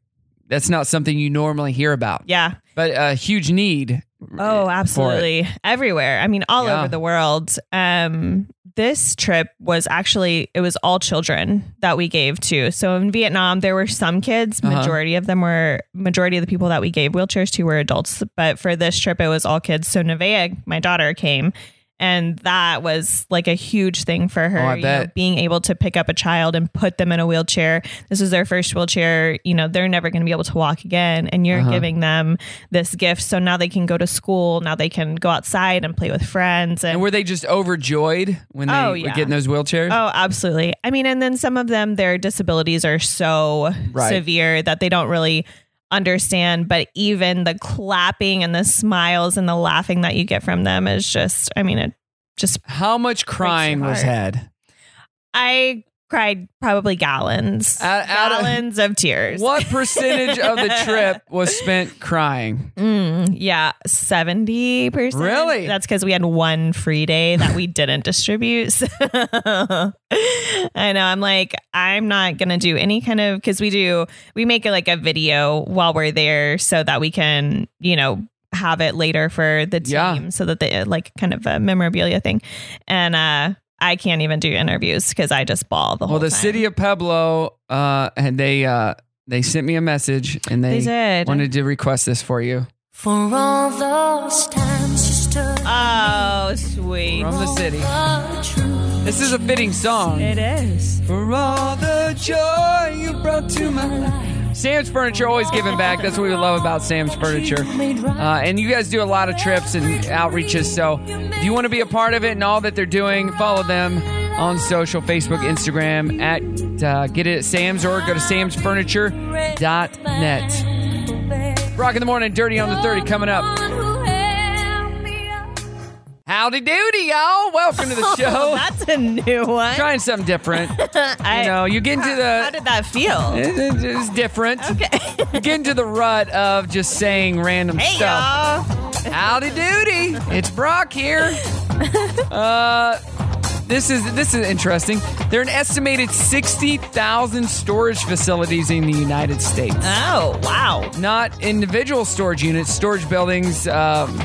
that's not something you normally hear about. yeah But a huge need. Oh, absolutely. Everywhere. I mean, all Yeah. over the world. Um, this trip was actually it was all children that we gave to. So in Vietnam, there were some kids. Uh-huh. Majority of them were majority of the people that we gave wheelchairs to were adults. But for this trip, it was all kids. So Nevaeh, my daughter, came. And that was like a huge thing for her. Oh, I you Know, bet. being able to pick up a child and put them in a wheelchair. This is their first wheelchair. You know, they're never going to be able to walk again. And you're Uh-huh. giving giving them this gift. So now they can go to school. Now they can go outside and play with friends. And, And were they just overjoyed when they Oh, were yeah. getting those wheelchairs? oh, absolutely. I mean, and then some of them, their disabilities are so Right. severe that they don't really understand. But even the clapping and the smiles and the laughing that you get from them is just, I mean, it just. How much crying was had? I cried probably gallons, gallons of tears. What percentage of the trip was spent crying? Mm, yeah, seventy percent. Really? That's because we had one free day that we didn't distribute. [LAUGHS] So I know. I'm like, I'm not gonna do any kind of because we do we make it like a video while we're there so that we can you know have it later for the team so that they uh, like kind of a memorabilia thing, and uh I can't even do interviews because I just ball the whole. Well, the time. city of Pueblo, uh, and they uh, they sent me a message and They they, did. wanted to request this for you. For all those times you stood. Oh, sweet. From the city. This is a fitting song. It is. For all the joy you brought to my life. Sam's Furniture always giving back. That's what we love about Sam's Furniture. Uh, and you guys do a lot of trips and outreaches. So if you want to be a part of it and all that they're doing, follow them on social Facebook, Instagram, at uh, get it at Sam's or go to samsfurniture.net. Rock in the morning, dirty on the 30 coming up. Howdy doody, y'all. Welcome to [LAUGHS] the show. [LAUGHS] That's a new one. Trying something different. I you know, you get into the. How did that feel? It, it- [LAUGHS] it's different. Okay. [LAUGHS] you get into the rut of just saying random Hey, stuff. Howdy doody. It's Brock [LAUGHS] here. Uh, this is this is interesting. There are an estimated sixty thousand storage facilities in the United States. Oh, wow! Not individual storage units, storage buildings, um,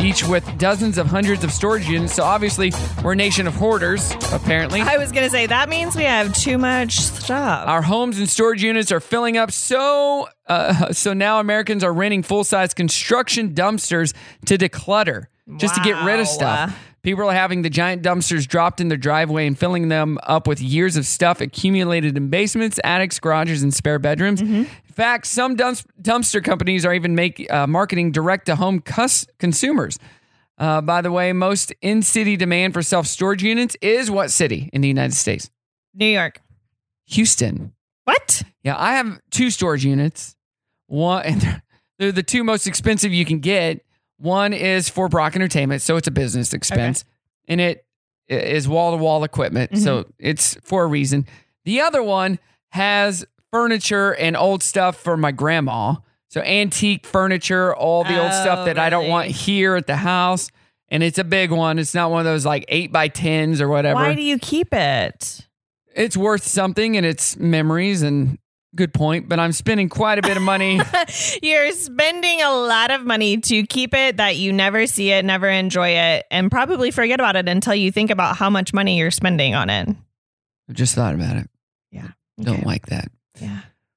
each with dozens of hundreds of storage units. So obviously, we're a nation of hoarders. Apparently, I was gonna say that means we have too much stuff. our homes and storage units are filling up, so uh, [LAUGHS] so now Americans are renting full size construction dumpsters to declutter, just to get rid of stuff. People are having the giant dumpsters dropped in their driveway and filling them up with years of stuff accumulated in basements, attics, garages, and spare bedrooms. In fact, some dumps- dumpster companies are even make uh, marketing direct to home cus- consumers. Uh, by the way, most in city demand for self storage units is what city in the United States? New York. Houston. What? Yeah, I have two storage units. One, [LAUGHS] and they're, they're the two most expensive you can get. One is for Brock Entertainment, so it's a business expense, and it i- is wall to wall equipment, so Mm-hmm. it's for a reason. The other one has furniture and old stuff for my grandma, so antique furniture, all the old Oh, stuff that I don't want here at the house, and it's a big one. It's not one of those like eight by tens or whatever Why do you keep it? it's worth something and it's memories and good point but i'm spending quite a bit of [LAUGHS] money You're spending a lot of money to keep it that you never see it, never enjoy it, and probably forget about it until you think about how much money you're spending on it. i just thought about it yeah don't like that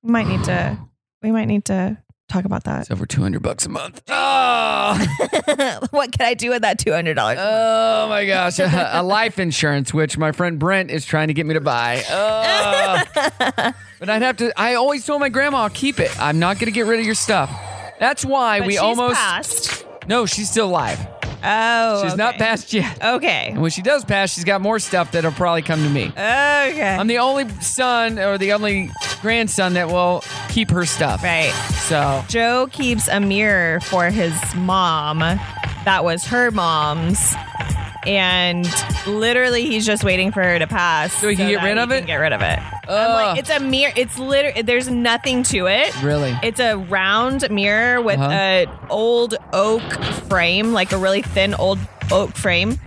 We might need to. We might need to talk about that. it's over 200 bucks a month oh [LAUGHS] what could I do with that two hundred dollars? Oh my gosh a life insurance which my friend brent is trying to get me to buy oh. [LAUGHS] but i'd have to i always told my grandma I'll keep it i'm not gonna get rid of your stuff that's why But we she's almost passed. no she's still alive Oh, she's not passed yet okay. and when she does pass she's got more stuff that'll probably come to me Okay. I'm the only son or the only grandson that will keep her stuff. Right. So Joe keeps a mirror for his mom. That was her mom's. And literally, he's just waiting for her to pass. So he can get that rid of he it? Can get rid of it. I'm like, it's a mirror. It's literally there's nothing to it. Really? It's a round mirror with Uh-huh. a old oak frame, like a really thin old oak frame,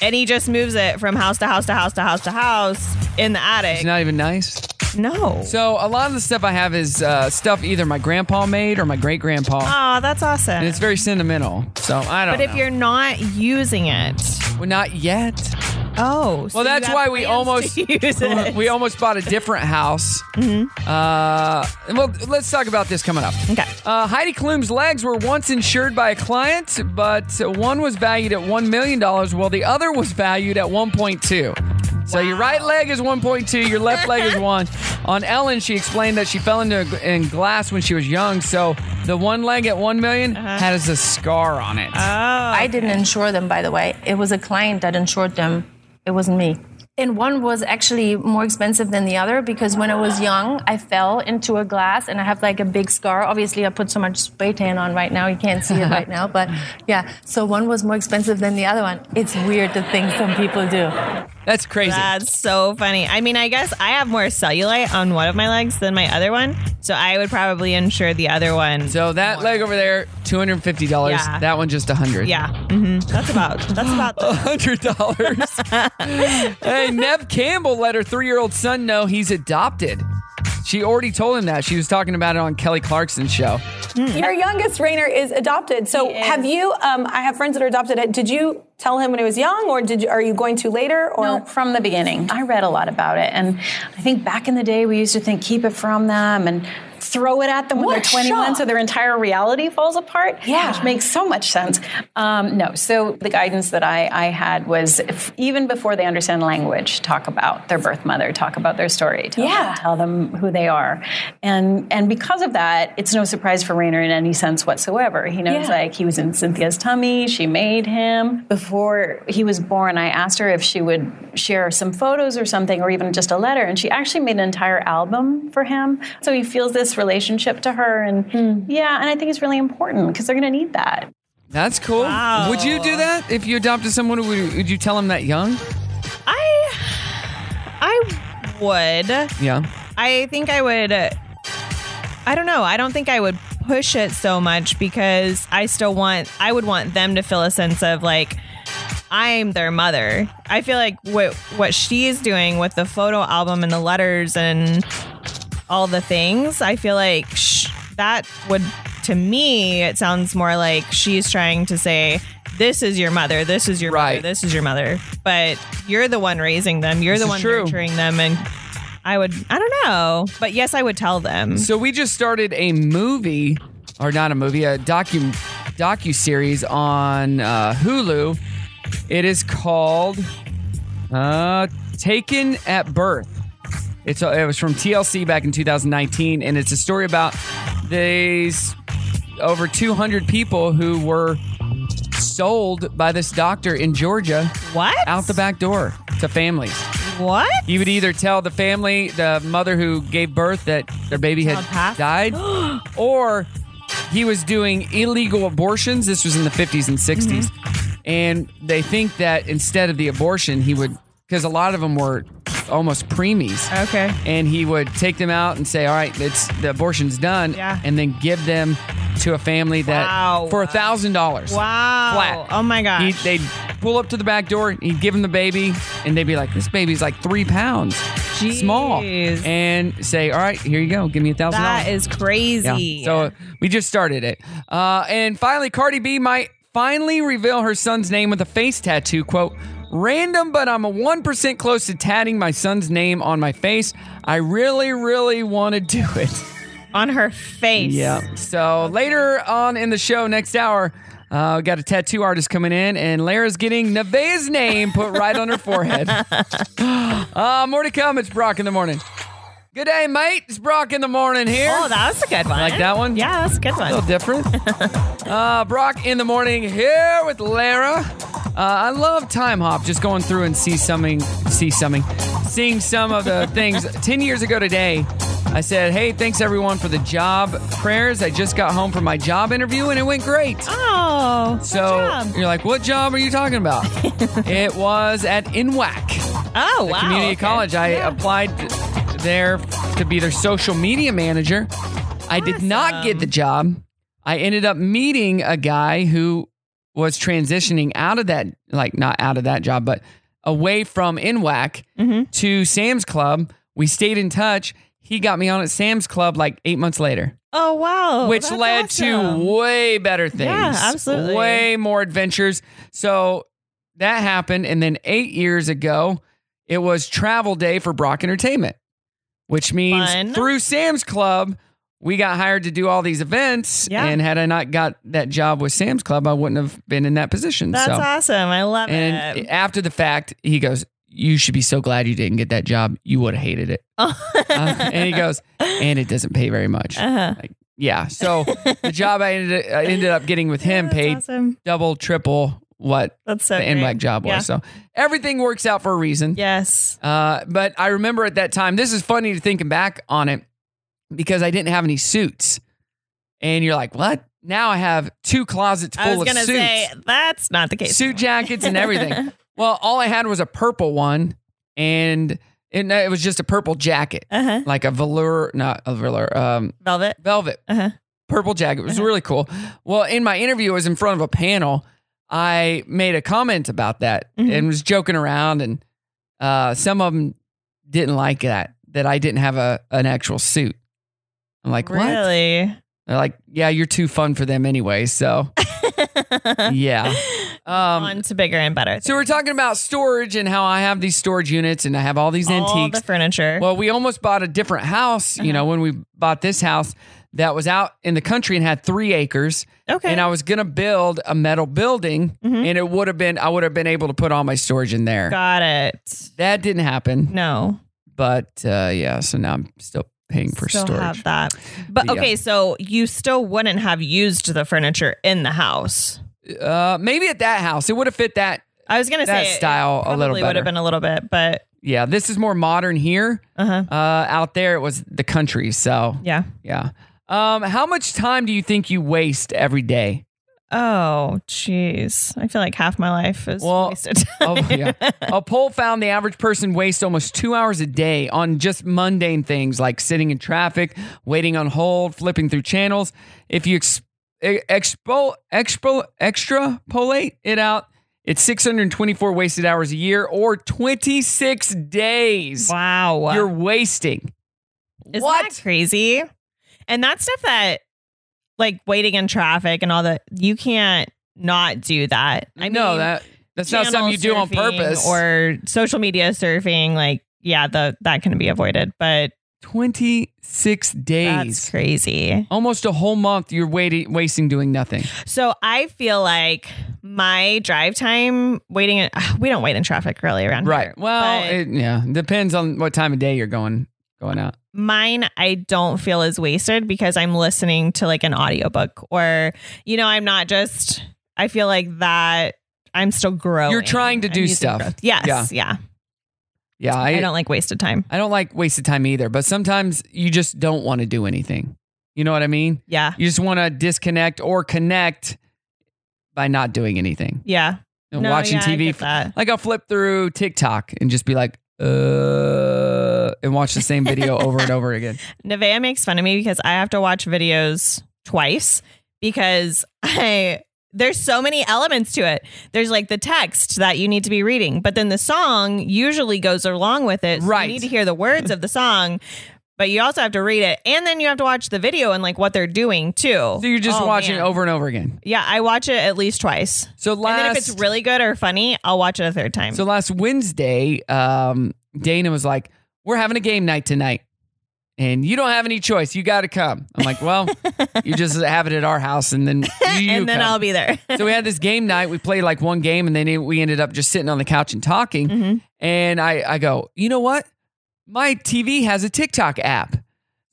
and he just moves it from house to house to house to house to house in the it's attic. not even nice. No. So a lot of the stuff I have is uh, stuff either my grandpa made or my great grandpa, Aw, that's awesome. and it's very sentimental. So I don't. Ah. But if know. you're not using it, well, not yet. Oh, well, that's why we [LAUGHS] almost we almost bought a different house. Uh, well, let's talk about this coming up. Mm-hmm. Okay. Uh, Heidi Klum's legs were once insured by a client, but one was valued at one million dollars, while the other was valued at one point two. So your right leg is 1.2, your left leg [LAUGHS] is 1. On Ellen, she explained that she fell into a gl- in glass when she was young, so the one leg at 1 million Uh-huh. has a scar on it. Uh, I didn't insure them, by the way. It was a client that insured them. It wasn't me. And one was actually more expensive than the other because when I was young, I fell into a glass and I have like a big scar. Obviously, I put so much spray tan on right now, you can't see it [LAUGHS] right now. But yeah, so one was more expensive than the other one. It's weird the things some people do. That's crazy. That's so funny. I mean, I guess I have more cellulite on one of my legs than my other one, so I would probably insure the other one. So that leg over there, $250. Yeah. That one just 100 Yeah, hmm that's about that's about [GASPS] the hundred dollars. hey, Nev Campbell let her three-year-old son know he's adopted. She already told him that. She was talking about it on Kelly Clarkson's show. Your youngest Rainer is adopted. So have you? Um, I have friends that are adopted. Did you tell him when he was young, or did you, are you going to later? Or No, from the beginning. I read a lot about it, and I think back in the day we used to think keep it from them and throw it at them when What? they're 21, so their entire reality falls apart. Yeah. which makes so much sense. Um, no, so the guidance that I, I had was if, even before they understand language, talk about their birth mother, talk about their story, tell, Yeah. tell them who they are, and and because of that, it's no surprise for Rainer in any sense whatsoever. He knows Yeah. like he was in Cynthia's tummy, she made him. Before before he was born, I asked her if she would share some photos or something, or even just a letter. And she actually made an entire album for him. So he feels this relationship to her. And yeah, and I think it's really important because they're going to need that. That's cool. Wow. Would you do that if you adopted someone? Would, would you tell them that young? I I would. Yeah. I think I would. uh, I don't know. I don't think I would push it so much because I still want. I would want them to feel a sense of like I'm their mother. I feel like what what she's doing with the photo album and the letters and all the things. I feel like sh- that would to me it sounds more like she's trying to say. This is your mother. This is your mother. This is your mother. But you're the one raising them. You're This the is one true. nurturing them, and I would. I don't know, but yes, I would tell them. So we just started a movie, or not a movie, a docu docu series on uh, Hulu. It is called uh, "Taken at Birth." It's uh, it was from TLC back in 2019, and it's a story about these over 200 people who were sold by this doctor in Georgia. What? Out the back door to families. What? You would either tell the family, the mother who gave birth, that their baby had Child passed? died, [GASPS] or he was doing illegal abortions. This was in the 50s and 60s. Mm-hmm. And they think that instead of the abortion, he would, because a lot of them were almost preemies. Okay. And he would take them out and say, all right, it's, the abortion's done. Yeah. And then give them to a family that Wow. for a $1,000. Wow. Flat. Oh my gosh. He, they'd pull up to the back door, he'd give him the baby, and they'd be like, This baby's like three pounds. Small. And say, All right, here you go. Give me a thousand dollars. That is crazy. Yeah. So uh, we just started it. Uh, and finally, Cardi B might finally reveal her son's name with a face tattoo. Quote, random, but I'm a 1% close to tatting my son's name on my face. I really, really want to do it. [LAUGHS] On her face. Yeah. So later on in the show, next hour, uh, we got a tattoo artist coming in, and Lara's getting Nevaeh's name put right on her [LAUGHS] forehead. [GASPS] uh, more to come. It's Brock in the morning. Good day, mate. It's Brock in the morning here. Oh, that was a good one. Like that one? Oh, Yeah, that's a good A one. little different. uh, Brock in the morning here with Lara. Uh, I love time hop. Just going through and see something, see something, seeing some of the things. Ten years ago today, I said, "Hey, thanks everyone for the job prayers. I just got home from my job interview and it went great." Oh, so you're like, "What job are you talking about?" it was at NWAC. Oh, the wow, Community okay. college. I applied there to be their social media manager. I did not get the job. I ended up meeting a guy who was transitioning out of that, like not out of that job, but away from NWAC Mm-hmm. to Sam's Club. We stayed in touch. He got me on at Sam's Club like eight months later Oh wow. which That's led awesome. to way better things. Yeah, absolutely. Way more adventures. So that happened. And then eight years ago, it was travel day for Brock Entertainment, which means Fun. through Sam's Club, we got hired to do all these events. Yeah. And had I not got that job with Sam's Club, I wouldn't have been in that position. That's so. awesome. I love And [LAUGHS] it. after the fact, he goes, You should be so glad you didn't get that job. You would have hated [LAUGHS] it. Uh, [LAUGHS] and he goes, And it doesn't pay very much. Uh-huh. Like, yeah. So the job I ended, I ended up getting [LAUGHS] with him paid awesome. double, triple what That's so the great. NWAC job Yeah. was. So everything works out for a reason. Yes. Uh, but I remember at that time, this is funny to thinking back on it because I didn't have any suits. And you're like, what? Now I have two closets full I was of gonna suits say [LAUGHS] that's not the case. suit jackets and [LAUGHS] everything. well, all I had was a purple one, and it, it was just a purple jacket, Uh-huh. like a velour, not a velour, um, velvet, velvet, Uh-huh. purple jacket. It was really cool. Well, in my interview, I was in front of a panel. I made a comment about that Mhm. and was joking around, and uh, some of them didn't like that that I didn't have a an actual suit. I'm like, what? really? [LAUGHS] They're like, yeah, you're too fun for them anyway. [LAUGHS] So, yeah. Um, On to bigger and better. So we're talking about storage and how I have these storage units and I have all these All the antiques, furniture. [LAUGHS] Well, we almost bought a different house. You Uh-huh. know, when we bought this house that was out in the country and had three acres. Okay. Mm-hmm. And I was gonna build a metal building, and it would have been I would have been able to put all my storage in there. Got it. That didn't happen. No. But uh, yeah, so now I'm still paying for Still storage. have that. But But yeah. okay, so you still wouldn't have used the furniture in the house. Uh, maybe at that house, it would have fit that. I was gonna that say it style a little probably would better. have been a little bit, but Yeah, this is more modern here. Uh-huh. out there, it was the country. So yeah, yeah. Um, how much time do you think you waste every day? Oh, jeez. I feel like half my life is wasted. Oh, [LAUGHS] yeah. a poll found the average person wastes almost two hours a day on just mundane things like sitting in traffic, waiting on hold, flipping through channels. If you ex- e- expo- expo- extrapolate it out, it's 624 wasted hours a year or 26 days. [LAUGHS] Wow. You're wasting. Isn't that crazy? And that stuff that like waiting in traffic and all that, you can't not do that. I No, mean, that- that's not something channel you do on surfing purpose. Or social media surfing, like, yeah, the that can be avoided. But 26 days. That's crazy. Almost a whole month you're waiting, wasting doing nothing. So I feel like my drive time waiting. In, [SIGHS] we don't wait in traffic really around Right. here. Well, but it, yeah, depends on what time of day you're going going out. mine I don't feel is wasted because I'm listening to like an audiobook or you know I'm not just. I feel like that I'm still growing. You're trying to I'm do using stuff. growth. Yes. Yeah. Yeah. Yeah, I don't like wasted time. I don't like wasted time either, but sometimes you just don't want to do anything. You know what I mean? Yeah. You just want to disconnect or connect by not doing anything. Yeah. And No, watching yeah, I TV. get that. Like I'll flip through TikTok and just be like, uh, and watch the same [LAUGHS] video over and over again. Nevaeh makes fun of me because I have to watch videos twice because [LAUGHS] I there's so many elements to it. There's like the text that you need to be reading, but then the song usually goes along with it. Right. You need to hear the words of the song, but you also have to read it. And then you have to watch the video and like what they're doing too. So you're just watching it over and over again. Yeah, I watch it at least twice. So and then if it's last- really good or funny, I'll watch it a third time. So last Wednesday, um, Dana was like, "We're having a game night tonight, and you don't have any choice. You got to come." I'm like, [LAUGHS] "Well, you just have it at our house, and then you, Ah, And then I'll be there. [LAUGHS] so we had this game night. We played like one game, and then it- we ended up just sitting on the couch and talking. Mm-hmm. And I, I go, "You know what? My TV has a TikTok app."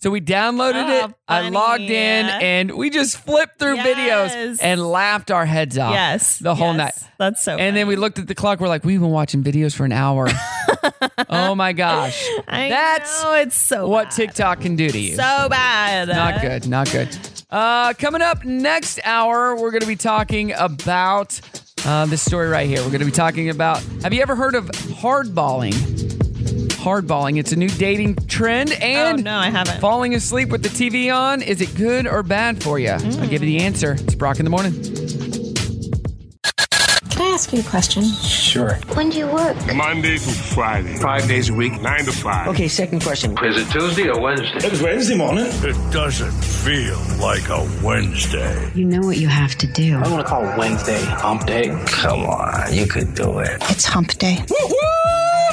So we downloaded Oh, it. I logged in and we just flipped through videos and laughed our heads off. Yes. The whole Yes. night. That's so And then we looked at the clock. We're like, we've been watching videos for an hour. [LAUGHS] oh my gosh. I That's know, it's so what TikTok can do to you. so bad. not good. Not good. Uh, coming up next hour, we're going to be talking about uh, this story right here. We're going to be talking about have you ever heard of hardballing? Hardballing. It's a new dating trend. And Oh, no, I haven't. Falling asleep with the TV on. Is it good or bad for you? I'll give you the answer. It's Brock in the morning. Can I ask you a question? Sure. When do you work? Monday to Friday. Five days a week, nine to five. Okay, second question. Is it Tuesday or Wednesday? It's Wednesday morning. It doesn't feel like a Wednesday. You know what you have to do. I want to call Wednesday hump day. Come on, you could do it. It's hump day.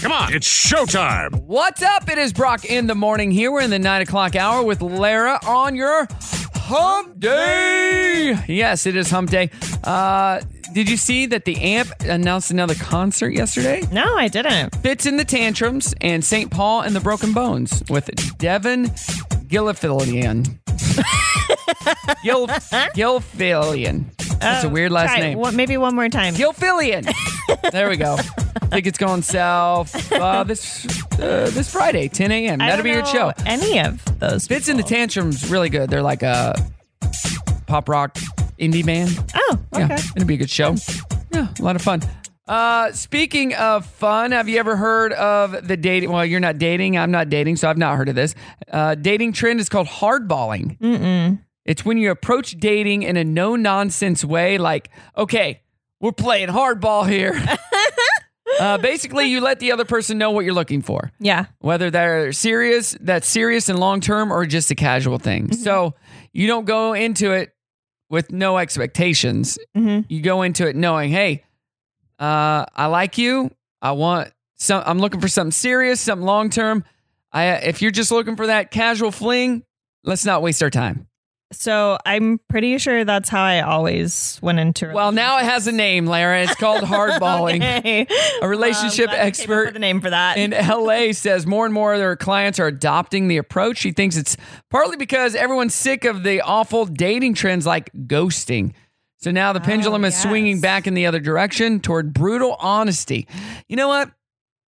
Come on, it's showtime. What's up? It is Brock in the morning here. We're in the nine o'clock hour with Lara on your hump day. Yes, it is hump day. Uh, did you see that the AMP announced another concert yesterday? No, I didn't. Fits in the Tantrums and St. Paul and the Broken Bones with Devin [LAUGHS] Gillifian. Gil- Gilfillian. That's a Oh, weird last try it name. one- maybe one more time. Gilfillian. [LAUGHS] there we go. Tickets go on sale uh, this uh, this Friday, 10 a.m. I That'll don't be your show. know any of those. Fits in the Tantrums really good. They're like a pop rock indie band. Oh, okay. it'll be a good show. Yeah, a lot of fun. Uh, speaking of fun, have you ever heard of the dating? Well, you're not dating. I'm not dating, so I've not heard of this. Uh, dating trend is called hardballing. Mm-mm. It's when you approach dating in a no nonsense way, like, okay, we're playing hardball here. uh, basically, you let the other person know what you're looking for Yeah. whether they're serious, that's serious and long term, or just a casual thing. So you don't go into it with no expectations. You go into it knowing, hey, uh, I like you. I want some. I'm looking for something serious, something long term. I if you're just looking for that casual fling, let's not waste our time. So I'm pretty sure that's how I always went into. Well, now it has a name, Lara. It's called hardballing. [LAUGHS] Okay. Um, A relationship expert the name for that in LA says more and more of their clients are adopting the approach. She thinks it's partly because everyone's sick of the awful dating trends like ghosting. So now the pendulum is swinging back in the other direction toward brutal honesty. You know what?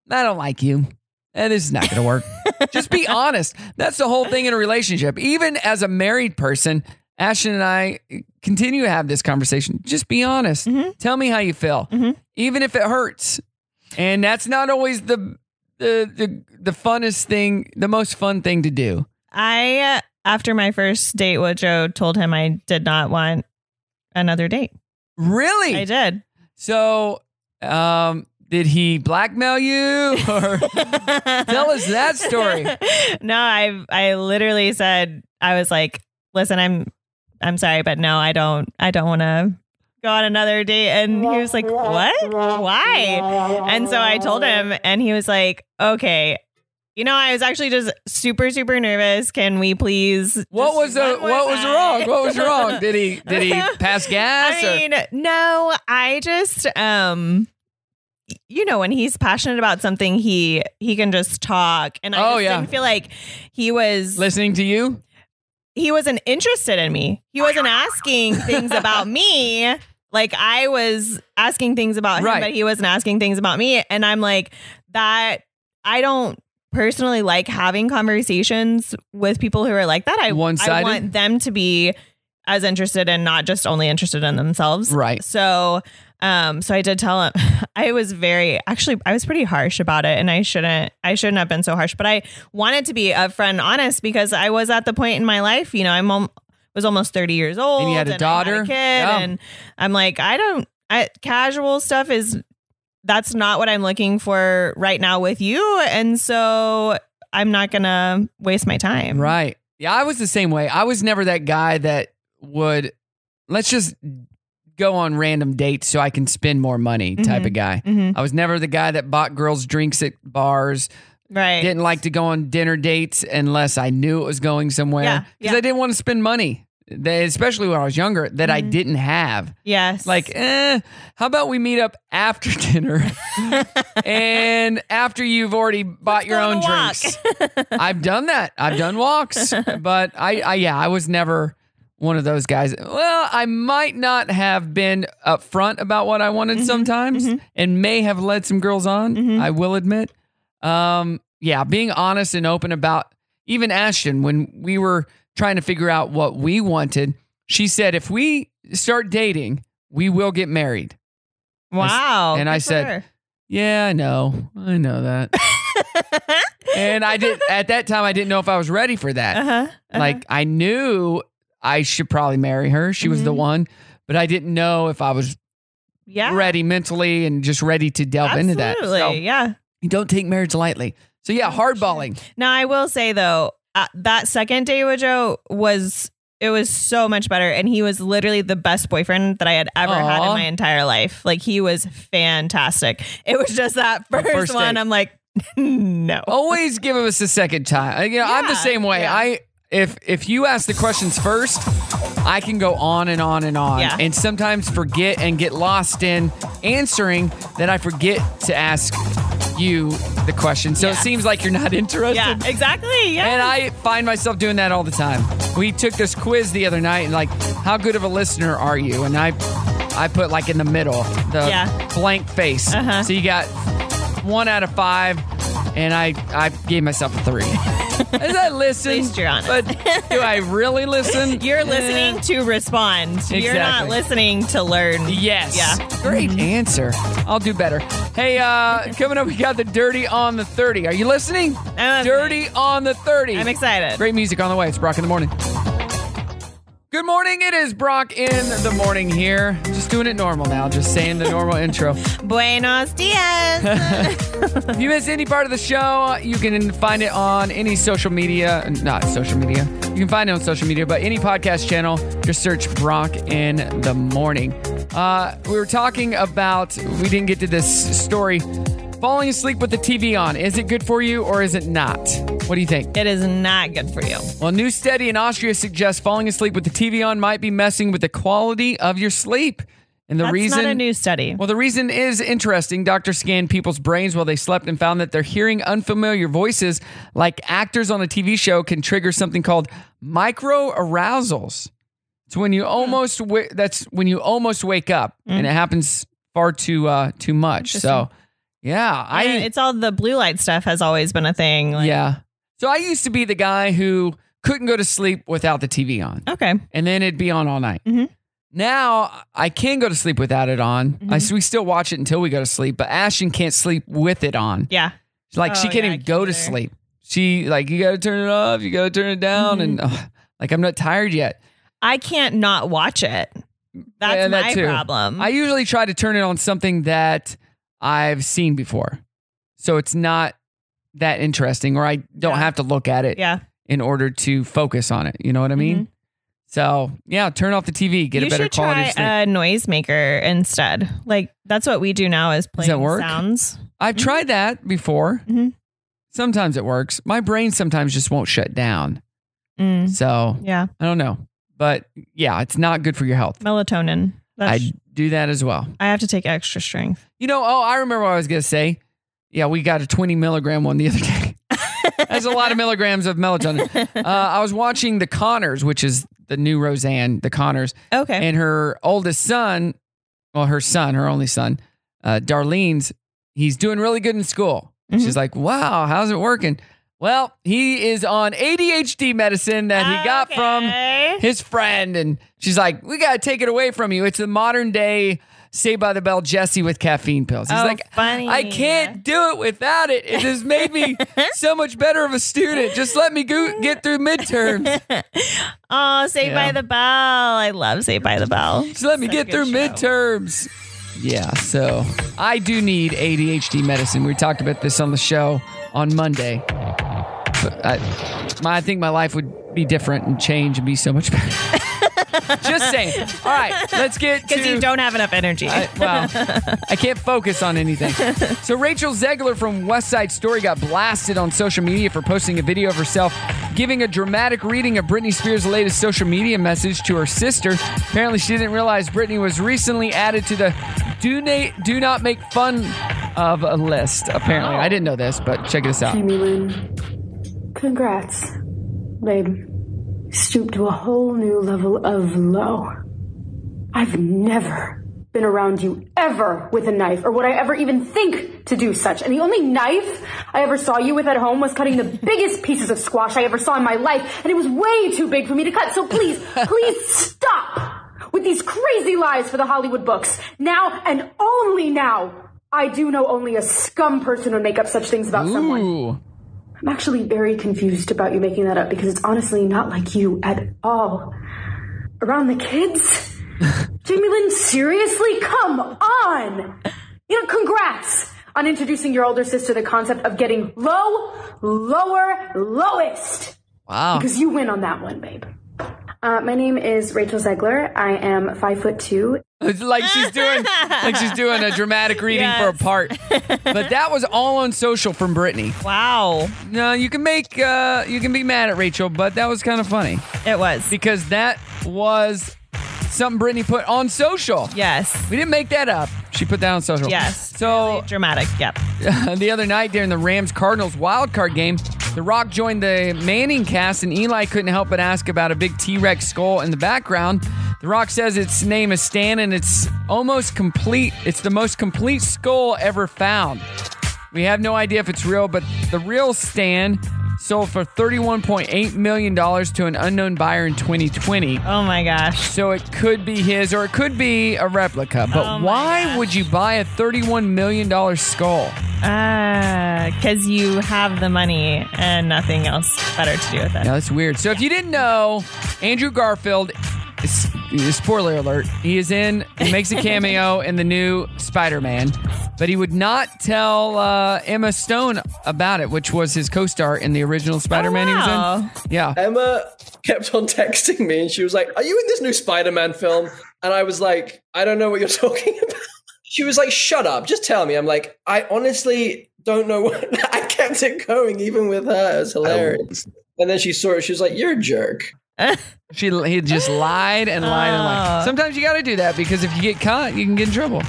I don't like you. And this is not going to work. Just be honest. That's the whole thing in a relationship. Even as a married person, Ashton and I continue to have this conversation. Just be honest. Tell me how you feel, even if it hurts. And that's not always the, the the the funnest thing, the most fun thing to do. I, after my first date with Joe, told him I did not want another date. Really? I did. So, um, did he blackmail you? Or [LAUGHS] tell us that story. [LAUGHS] no, I I literally said I was like, listen, I'm I'm sorry, but no, I don't I don't want to go on another date. And he was like, what? Why? And so I told him, and he was like, okay. You know, I was actually just super, super nervous. Can we please? What was the what was wrong? What was [LAUGHS] wrong? Did he did he pass gas? I mean, no, I just um you know when he's passionate about something he he can just talk and I Oh, just yeah. didn't feel like he was listening to you. He wasn't interested in me. He [LAUGHS] wasn't asking things about me. Like I was asking things about him, Right. but he wasn't asking things about me and I'm like that I don't personally like having conversations with people who are like that. I I One-sided? want them to be as interested and not just only interested in themselves. Right. So, um, so I did tell him [LAUGHS] I was very actually I was pretty harsh about it, and I shouldn't I shouldn't have been so harsh, but I wanted to be upfront and honest because I was at the point in my life, you know, I'm al- was almost thirty years old, And you had a I daughter? kid, Yeah. and I'm like, I don't. I, casual stuff is that's not what I'm looking for right now with you, and so I'm not gonna waste my time. Right. Yeah, I was the same way. I was never that guy that would let's just go on random dates so I can spend more money type of Mhm. guy. Mhm. I was never the guy that bought girls drinks at bars. Right. Didn't like to go on dinner dates unless I knew it was going somewhere Yeah, because I didn't want to spend money, that, especially when I was younger, that Mm-hmm. I didn't have. Yes. Like, eh, how about we meet up after [LAUGHS] dinner and after you've already bought your own drinks? I've done that. I've done walks, but I, I, yeah, I was never one of those guys. Well, I might not have been upfront about what I wanted sometimes and may have led some girls on. I will admit. Um, yeah, being honest and open about even Ashton, when we were trying to figure out what we wanted, she said, if we start dating, we will get married. I s- Wow. And I good for said, her. yeah, I know. I know that. and I did at that time I didn't know if I was ready for that. Uh-huh, Like I knew I should probably marry her. She was the one, but I didn't know if I was Mm-hmm. yeah. ready mentally and just ready to delve into that. Absolutely, Oh, yeah. You don't take marriage lightly. So yeah, hardballing. Now I will say though, uh, that second day with Joe was it was so much better, and he was literally the best boyfriend that I had ever had Aw. in my entire life. Like he was fantastic. It was just that first, first one. date. Oh. I'm like, [LAUGHS] no. Always give us a second time. You know, I'm the same way. I if if you ask the questions first, I can go on and on and on, Yeah. and sometimes forget and get lost in answering that I forget to ask you the question. So it seems like you're not [LAUGHS] interested. Yeah, exactly. Yeah. [LAUGHS] And I find myself doing that all the time. We took this quiz the other night, and like, how good of a listener are you? And I, I put like in the middle, the Yeah. blank face. Uh-huh. So you got one out of five, and I, I gave myself a [LAUGHS] three. As I listen, but do I really listen? [LAUGHS] Eh, You're listening to respond. You're not Exactly. listening to learn. Yes. Yeah. Mm-hmm. Great answer. I'll do better. Hey, [LAUGHS] uh, coming up, we got the Dirty on the 30. Are you listening? Dirty on the 30. I'm excited. Great music on the way. It's Brock in the morning. Good morning. It is Brock in the morning here. Just doing it normal now, just saying the normal intro. Buenos [LAUGHS] dias. If you miss any part of the show, you can find it on any social media, not social media. You can find it on social media, but any podcast channel, just search Brock in the Morning. Uh, we were talking about, we didn't get to this story. Falling asleep with the TV on, is it good for you or is it not? What do you think? It is not good for you. Well, a new study in Austria suggests falling asleep with the TV on might be messing with the quality of your sleep. And the That's not reason a new study. well, the reason is interesting. Doctors scanned people's brains while they slept and found that they're hearing unfamiliar voices like actors on a TV show can trigger something called microarousals. It's when Hmm. you almost wa- that's when you almost wake up, and Mm. it happens far too uh too much. So, yeah, I Yeah, it's all the blue light stuff has always been a thing. Like, yeah. So I used to be the guy who couldn't go to sleep without the TV on. Okay. And then it'd be on all night. Mm-hmm. Now I can go to sleep without it on. I, Mm-hmm. so we still watch it until we go to sleep, but Ashton can't sleep with it on. Yeah. Like she Oh, can't yeah, I even go to sleep. She like you got to turn it off, you got to turn it down and Mm-hmm. ugh, like I'm not tired yet. I can't not watch it. That's Yeah, my problem. I usually try to turn it on something that I've seen before. So it's not that interesting or I don't have to look at it Yeah. Mm-hmm. in order to focus on it. You know what I mean? So yeah, turn off the TV, get you a better should quality try of sleep. a noisemaker instead. Like that's what we do now is Does playing that work? sounds. I've tried that before. Mhm. Sometimes it works. My brain sometimes just won't shut down. Mm. So Yeah. I don't know. But yeah, it's not good for your health. Melatonin. That's, I do that as well. I have to take extra strength. You know, oh, I remember what I was going to say. Yeah, we got a 20 milligram one the other day. [LAUGHS] That's a lot of milligrams of melatonin. Uh, I was watching The Connors, which is the new Roseanne, The Connors. Okay. And her oldest son, well, her son, her only son, uh, Darlene's, he's doing really good in school. Mm-hmm. She's like, wow, how's it working? Well, he is on ADHD medicine that Oh, he got from his friend. And she's like, we got to take it away from you. It's the modern day Say by the Bell Jesse with caffeine pills. He's Oh, like, funny. I can't do it without it. It has made [LAUGHS] me so much better of a student. Just let me go- get through midterms. Oh, Saved Yeah. by the Bell. I love Saved by the Bell. Just let [LAUGHS] me Such a get good through show. midterms. Yeah, so I do need ADHD medicine. We talked about this on the show on Monday. But I, my, I think my life would be different and change and be so much better. [LAUGHS] Just saying. All right, let's [LAUGHS] get because you don't have enough energy. I, well, I can't focus on anything. So Rachel Zegler from West Side Story got blasted on social media for posting a video of herself giving a dramatic reading of Britney Spears' latest social media message to her sister. Apparently, she didn't realize Britney was recently added to the do, na- do not make fun of a list. Apparently, I didn't know this, but check this out. Jamie Lynn, congrats. Babe, stooped to a whole new level of low. I've never been around you ever with a knife, or would I ever even think to do such. And the only knife I ever saw you with at home was cutting the [LAUGHS] biggest pieces of squash I ever saw in my life, and it was way too big for me to cut. So please, please stop with these crazy lies for the Hollywood books. Now and only now, I do know only a scum person would make up such things about someone. I'm actually very confused about you making that up because it's honestly not like you at all. Around the kids? Jamie Lynn, seriously? Come on! You know, congrats on introducing your older sister to the concept of getting low, lower, lowest. Wow. Because you win on that one, babe. Uh, my name is Rachel Zegler. I am five foot two. It's [LAUGHS] like she's doing like she's doing a [LAUGHS] dramatic reading for a part. But that was all on social from Brittany. Wow. No, you can make uh you can be mad at Rachel, but that was kind of funny. It was. Because that was something Brittany put on social. Yes. We didn't make that up. She put that on social. Yes. So dramatic. Yep. Uh, the other night during the Rams Cardinals wild card game, The Rock joined the Manning cast, and Eli couldn't help but ask about a big T Rex skull in the background. The Rock says its name is Stan, and it's almost complete. It's the most complete skull ever found. We have no idea if it's real, but the real Stan sold for $31.8 million to an unknown buyer in 2020. Oh my gosh. So it could be his or it could be a replica. But Oh my why would you buy a $31 million skull? Because Ah, you have the money and nothing else better to do with it. Yeah, that's weird. So if you didn't know, Andrew Garfield, s- spoiler alert, he is in, he makes a cameo in the new Spider Man, but he would not tell uh, Emma Stone about it, which was his co star in the original Spider Man Oh, he was in. Yeah. Emma kept on [LAUGHS] texting me and she was like, Are you in this new Spider Man film? And I was like, I don't know what you're [LAUGHS] talking about. She was like, Shut up, just tell me. I'm like, I honestly don't know what [LAUGHS] I kept it going, even with her. It was hilarious. And then she saw it, she was like, You're a jerk. she Oh. he just lied and lied and lied. Sometimes you got to do that because if you get caught, you can get in trouble.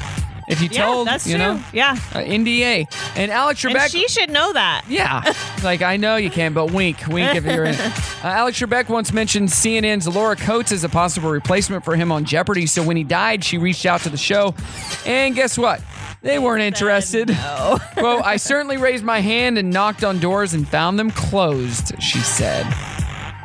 If you Yeah, told, that's you know, true. Yeah. uh, NDA. And Alex And Trebek. she should know that. Yeah. [LAUGHS] like, I know you can, but wink, wink if you're in it. Uh, Alex Trebek once mentioned CNN's Laura Coates as a possible replacement for him on Jeopardy. So when he died, she reached out to the show. And guess what? They weren't interested. [LAUGHS] well, I certainly raised my hand and knocked on doors and found them closed, she said.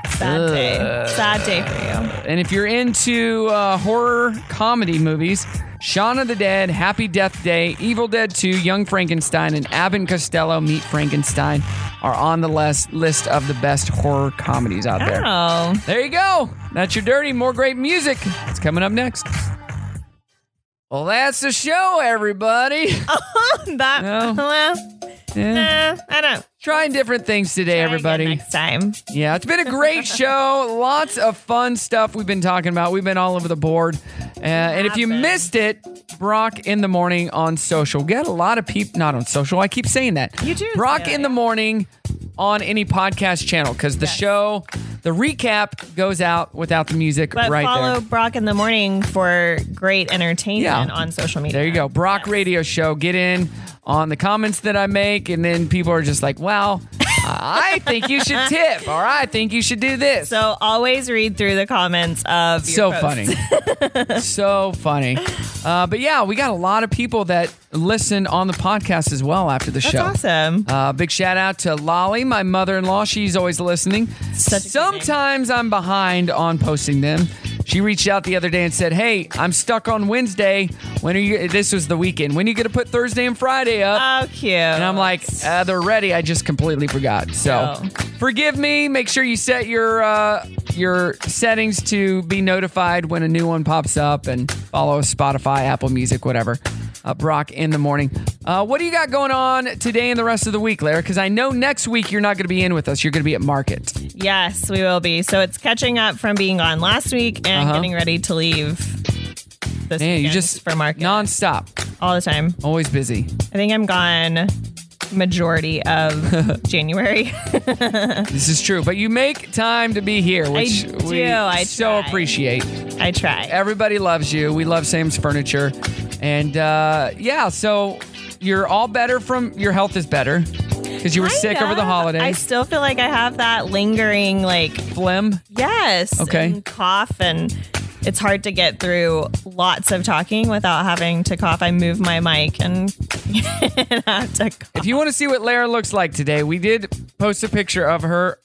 Sad day. Ugh. Sad day for you. And if you're into uh, horror comedy movies, Shaun of the Dead, Happy Death Day, Evil Dead 2, Young Frankenstein, and Abbott and Costello Meet Frankenstein are on the les- list of the best horror comedies out there. Oh. [LAUGHS] There you go. That's your dirty. More great music. It's coming up next. Well, that's the show, everybody. that, Yeah. Nah, I don't. [LAUGHS] Trying different things today, everybody. Next time. Yeah, it's been a great show. Lots of fun stuff we've been talking about. We've been all over the board. Uh, and if you missed it, Brock in the morning on social. We got a lot of people, not on social. I keep saying that. You do. Brock in the morning on any podcast channel because the show, the recap goes out without the music But right follow there. Brock in the morning for great entertainment Yeah. on social media. There you go. Brock Radio Show. Get in on the comments that I make, and then people are just like, wow, I think you should tip, or I think you should do this. So always read through the comments of your so posts. [LAUGHS] funny so funny uh, but yeah we got a lot of people that listen on the podcast as well after the That's show awesome uh, big shout out to lolly my mother-in-law she's always listening sometimes i'm behind on posting them she reached out the other day and said hey i'm stuck on wednesday when are you this was the weekend when are you gonna put thursday and friday up oh cute and i'm like uh, they're ready i just completely forgot so Oh. forgive me. Make sure you set your uh, your settings to be notified when a new one pops up, and follow Spotify, Apple Music, whatever. Uh, Brock in the morning. Uh, what do you got going on today and the rest of the week, Lara? Because I know next week you're not going to be in with us. You're going to be at market. Yes, we will be. So it's catching up from being on last week and Uh-huh. getting ready to leave this Man, you weekend just for market. Nonstop. All the time. Always busy. I think I'm gone [LAUGHS] majority of January. [LAUGHS] This is true, but you make time to be here, which I we do, I so try. appreciate. I try. Everybody loves you. We love Sam's Furniture, and uh, yeah, so you're all better from your health is better because you were sick over the Kinda. I holidays. still feel like I have that lingering like phlegm. Yes. Okay. and cough and it's hard to get through lots of talking without having to cough. I move my mic and [LAUGHS] if you want to see what Lara looks like today, we did post a picture of her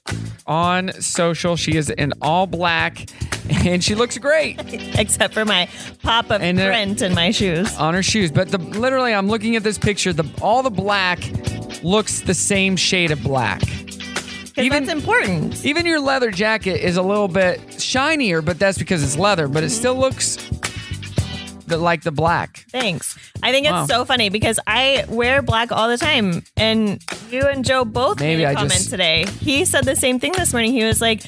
on social. She is in all black, and she looks great, except for my pop up print in my shoes. On her shoes, but the literally, I'm looking at this picture. The all the black looks the same shade of black. Even that's important. Even your leather jacket is a little bit shinier, but that's because it's leather. But it still looks the, like the black. Thanks. I think it's Wow. so funny because I wear black all the time, and you and Joe both Maybe made a I comment just- today. He said the same thing this morning. He was like,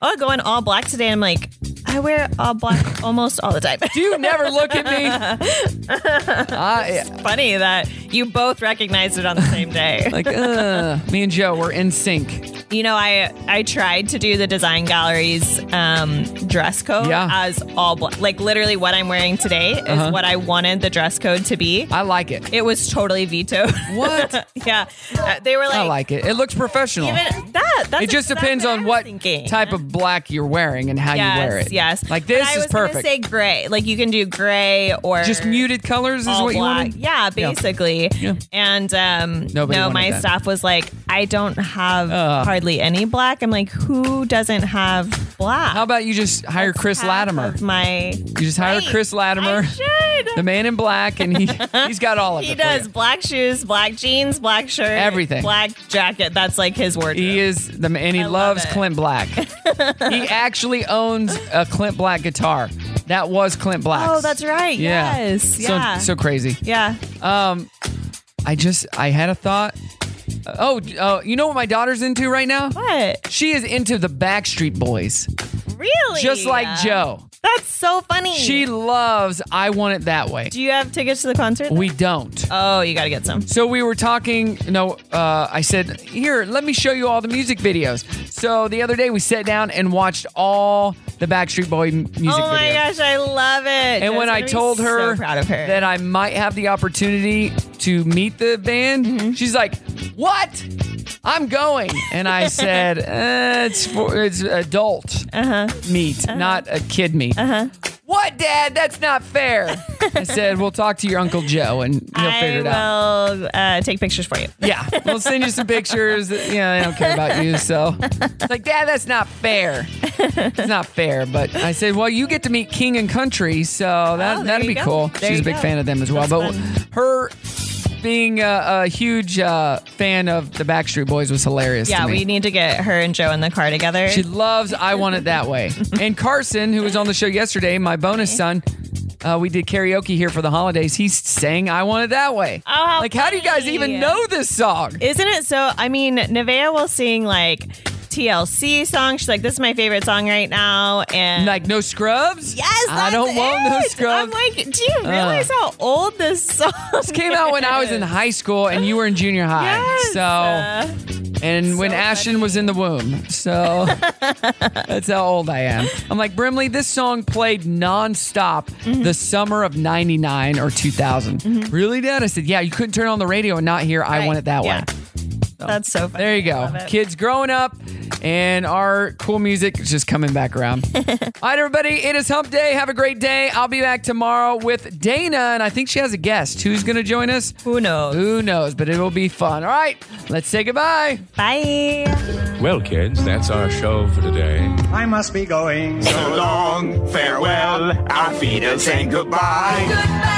"Oh, going all black today." I'm like, "I wear all black [LAUGHS] almost all the time." Do you never look at me? [LAUGHS] it's funny that you both recognized it on the same day. [LAUGHS] Like, uh, me and Joe were in sync. You know, I I tried to do the design gallery's um, dress code Yeah. as all black. Like literally, what I'm wearing today is Uh-huh. what I wanted the dress code to be. I like it. It was totally vetoed. What? [LAUGHS] yeah, Uh, they were like, I like it. It looks professional. even that. That's it just exactly depends on what type of black you're wearing and how yes, you wear it. Yes. Like but this I is was gonna perfect. Say gray. Like you can do gray or Just muted colors is all what you black. wanted? Yeah, Yeah. basically. Yeah. And um, Nobody no, wanted my that. staff was like, I don't have hardly any black. I'm like, who doesn't have black? How about you just hire Chris Latimer? My you just hire Chris Latimer, the man in black, and he he's got all of [LAUGHS] he it. for you. does black shoes, black jeans, black shirt, Everything. black jacket. That's like his wardrobe. He is the man, and he loves Clint [LAUGHS] Black. he actually owns a Clint Black guitar. That was Clint Black. Oh, that's right. Yes. Yeah. So, so crazy. Yeah. Um, I just I had a thought. Oh, uh, you know what my daughter's into right now? What? She is into the Backstreet Boys, Really? just like Joe. That's so funny. She loves I Want It That Way. Do you have tickets to the concert? We don't. Oh, you got to get some. So we were talking. No, uh, I said, here, let me show you all the music videos. So the other day we sat down and watched all the Backstreet Boy m- music oh my video. gosh, I love it. And when Jess, I I'm told so her, proud of her. that I might have the opportunity to meet the band, Mm-hmm. she's like, "What? I'm going." And [LAUGHS] I said, uh, "It's for, it's adult Uh-huh. meet, not a kid meet." Uh-huh. What, Dad? That's not [LAUGHS] fair. I said, "We'll talk to your Uncle Joe, and he'll I figure it will out." uh, take pictures for you. Yeah, we'll send you some pictures. Yeah, I don't care about you, so it's like, Dad, that's not fair. It's not fair. But I said, well, you get to meet King and Country, so that Oh, there that'd you be go. cool. There She's you a big go. fan of them as well. but her being a, a huge uh, fan of the Backstreet Boys was hilarious. Yeah, to me. we need to get her and Joe in the car together. She loves I Want It That [LAUGHS] Way. And Carson, who was on the show yesterday, my bonus son, uh, we did karaoke here for the holidays. He sang I Want It That Way. Oh, how like, how do you guys funny. even know this song? Isn't it so? I mean, Nevaeh will sing like TLC song. She's like, "This is my favorite song right now," and like no scrubs. Yes, I don't that's want no it. scrubs. I'm like, do you realize how old this song? This came out when I was in high school and you were in junior high. So, and when Ashton was in the womb. So, [LAUGHS] that's how old I am. I'm like, Brimley, this song played nonstop Mm-hmm. the summer of 99 or 2000. Really, Dad? I said, yeah, you couldn't turn on the radio and not hear I Right. Want It That Yeah. Way. That's so funny. There you I go. love it. Kids growing up and our cool music is just coming back around. [LAUGHS] All right, everybody. It is hump day. Have a great day. I'll be back tomorrow with Dana, and I think she has a guest. Who's going to join us? Who knows? Who knows, but it will be fun. All right, let's say goodbye. Bye. Well, kids, that's our show for today. I must be going. So long, farewell, our feet are saying goodbye. Goodbye.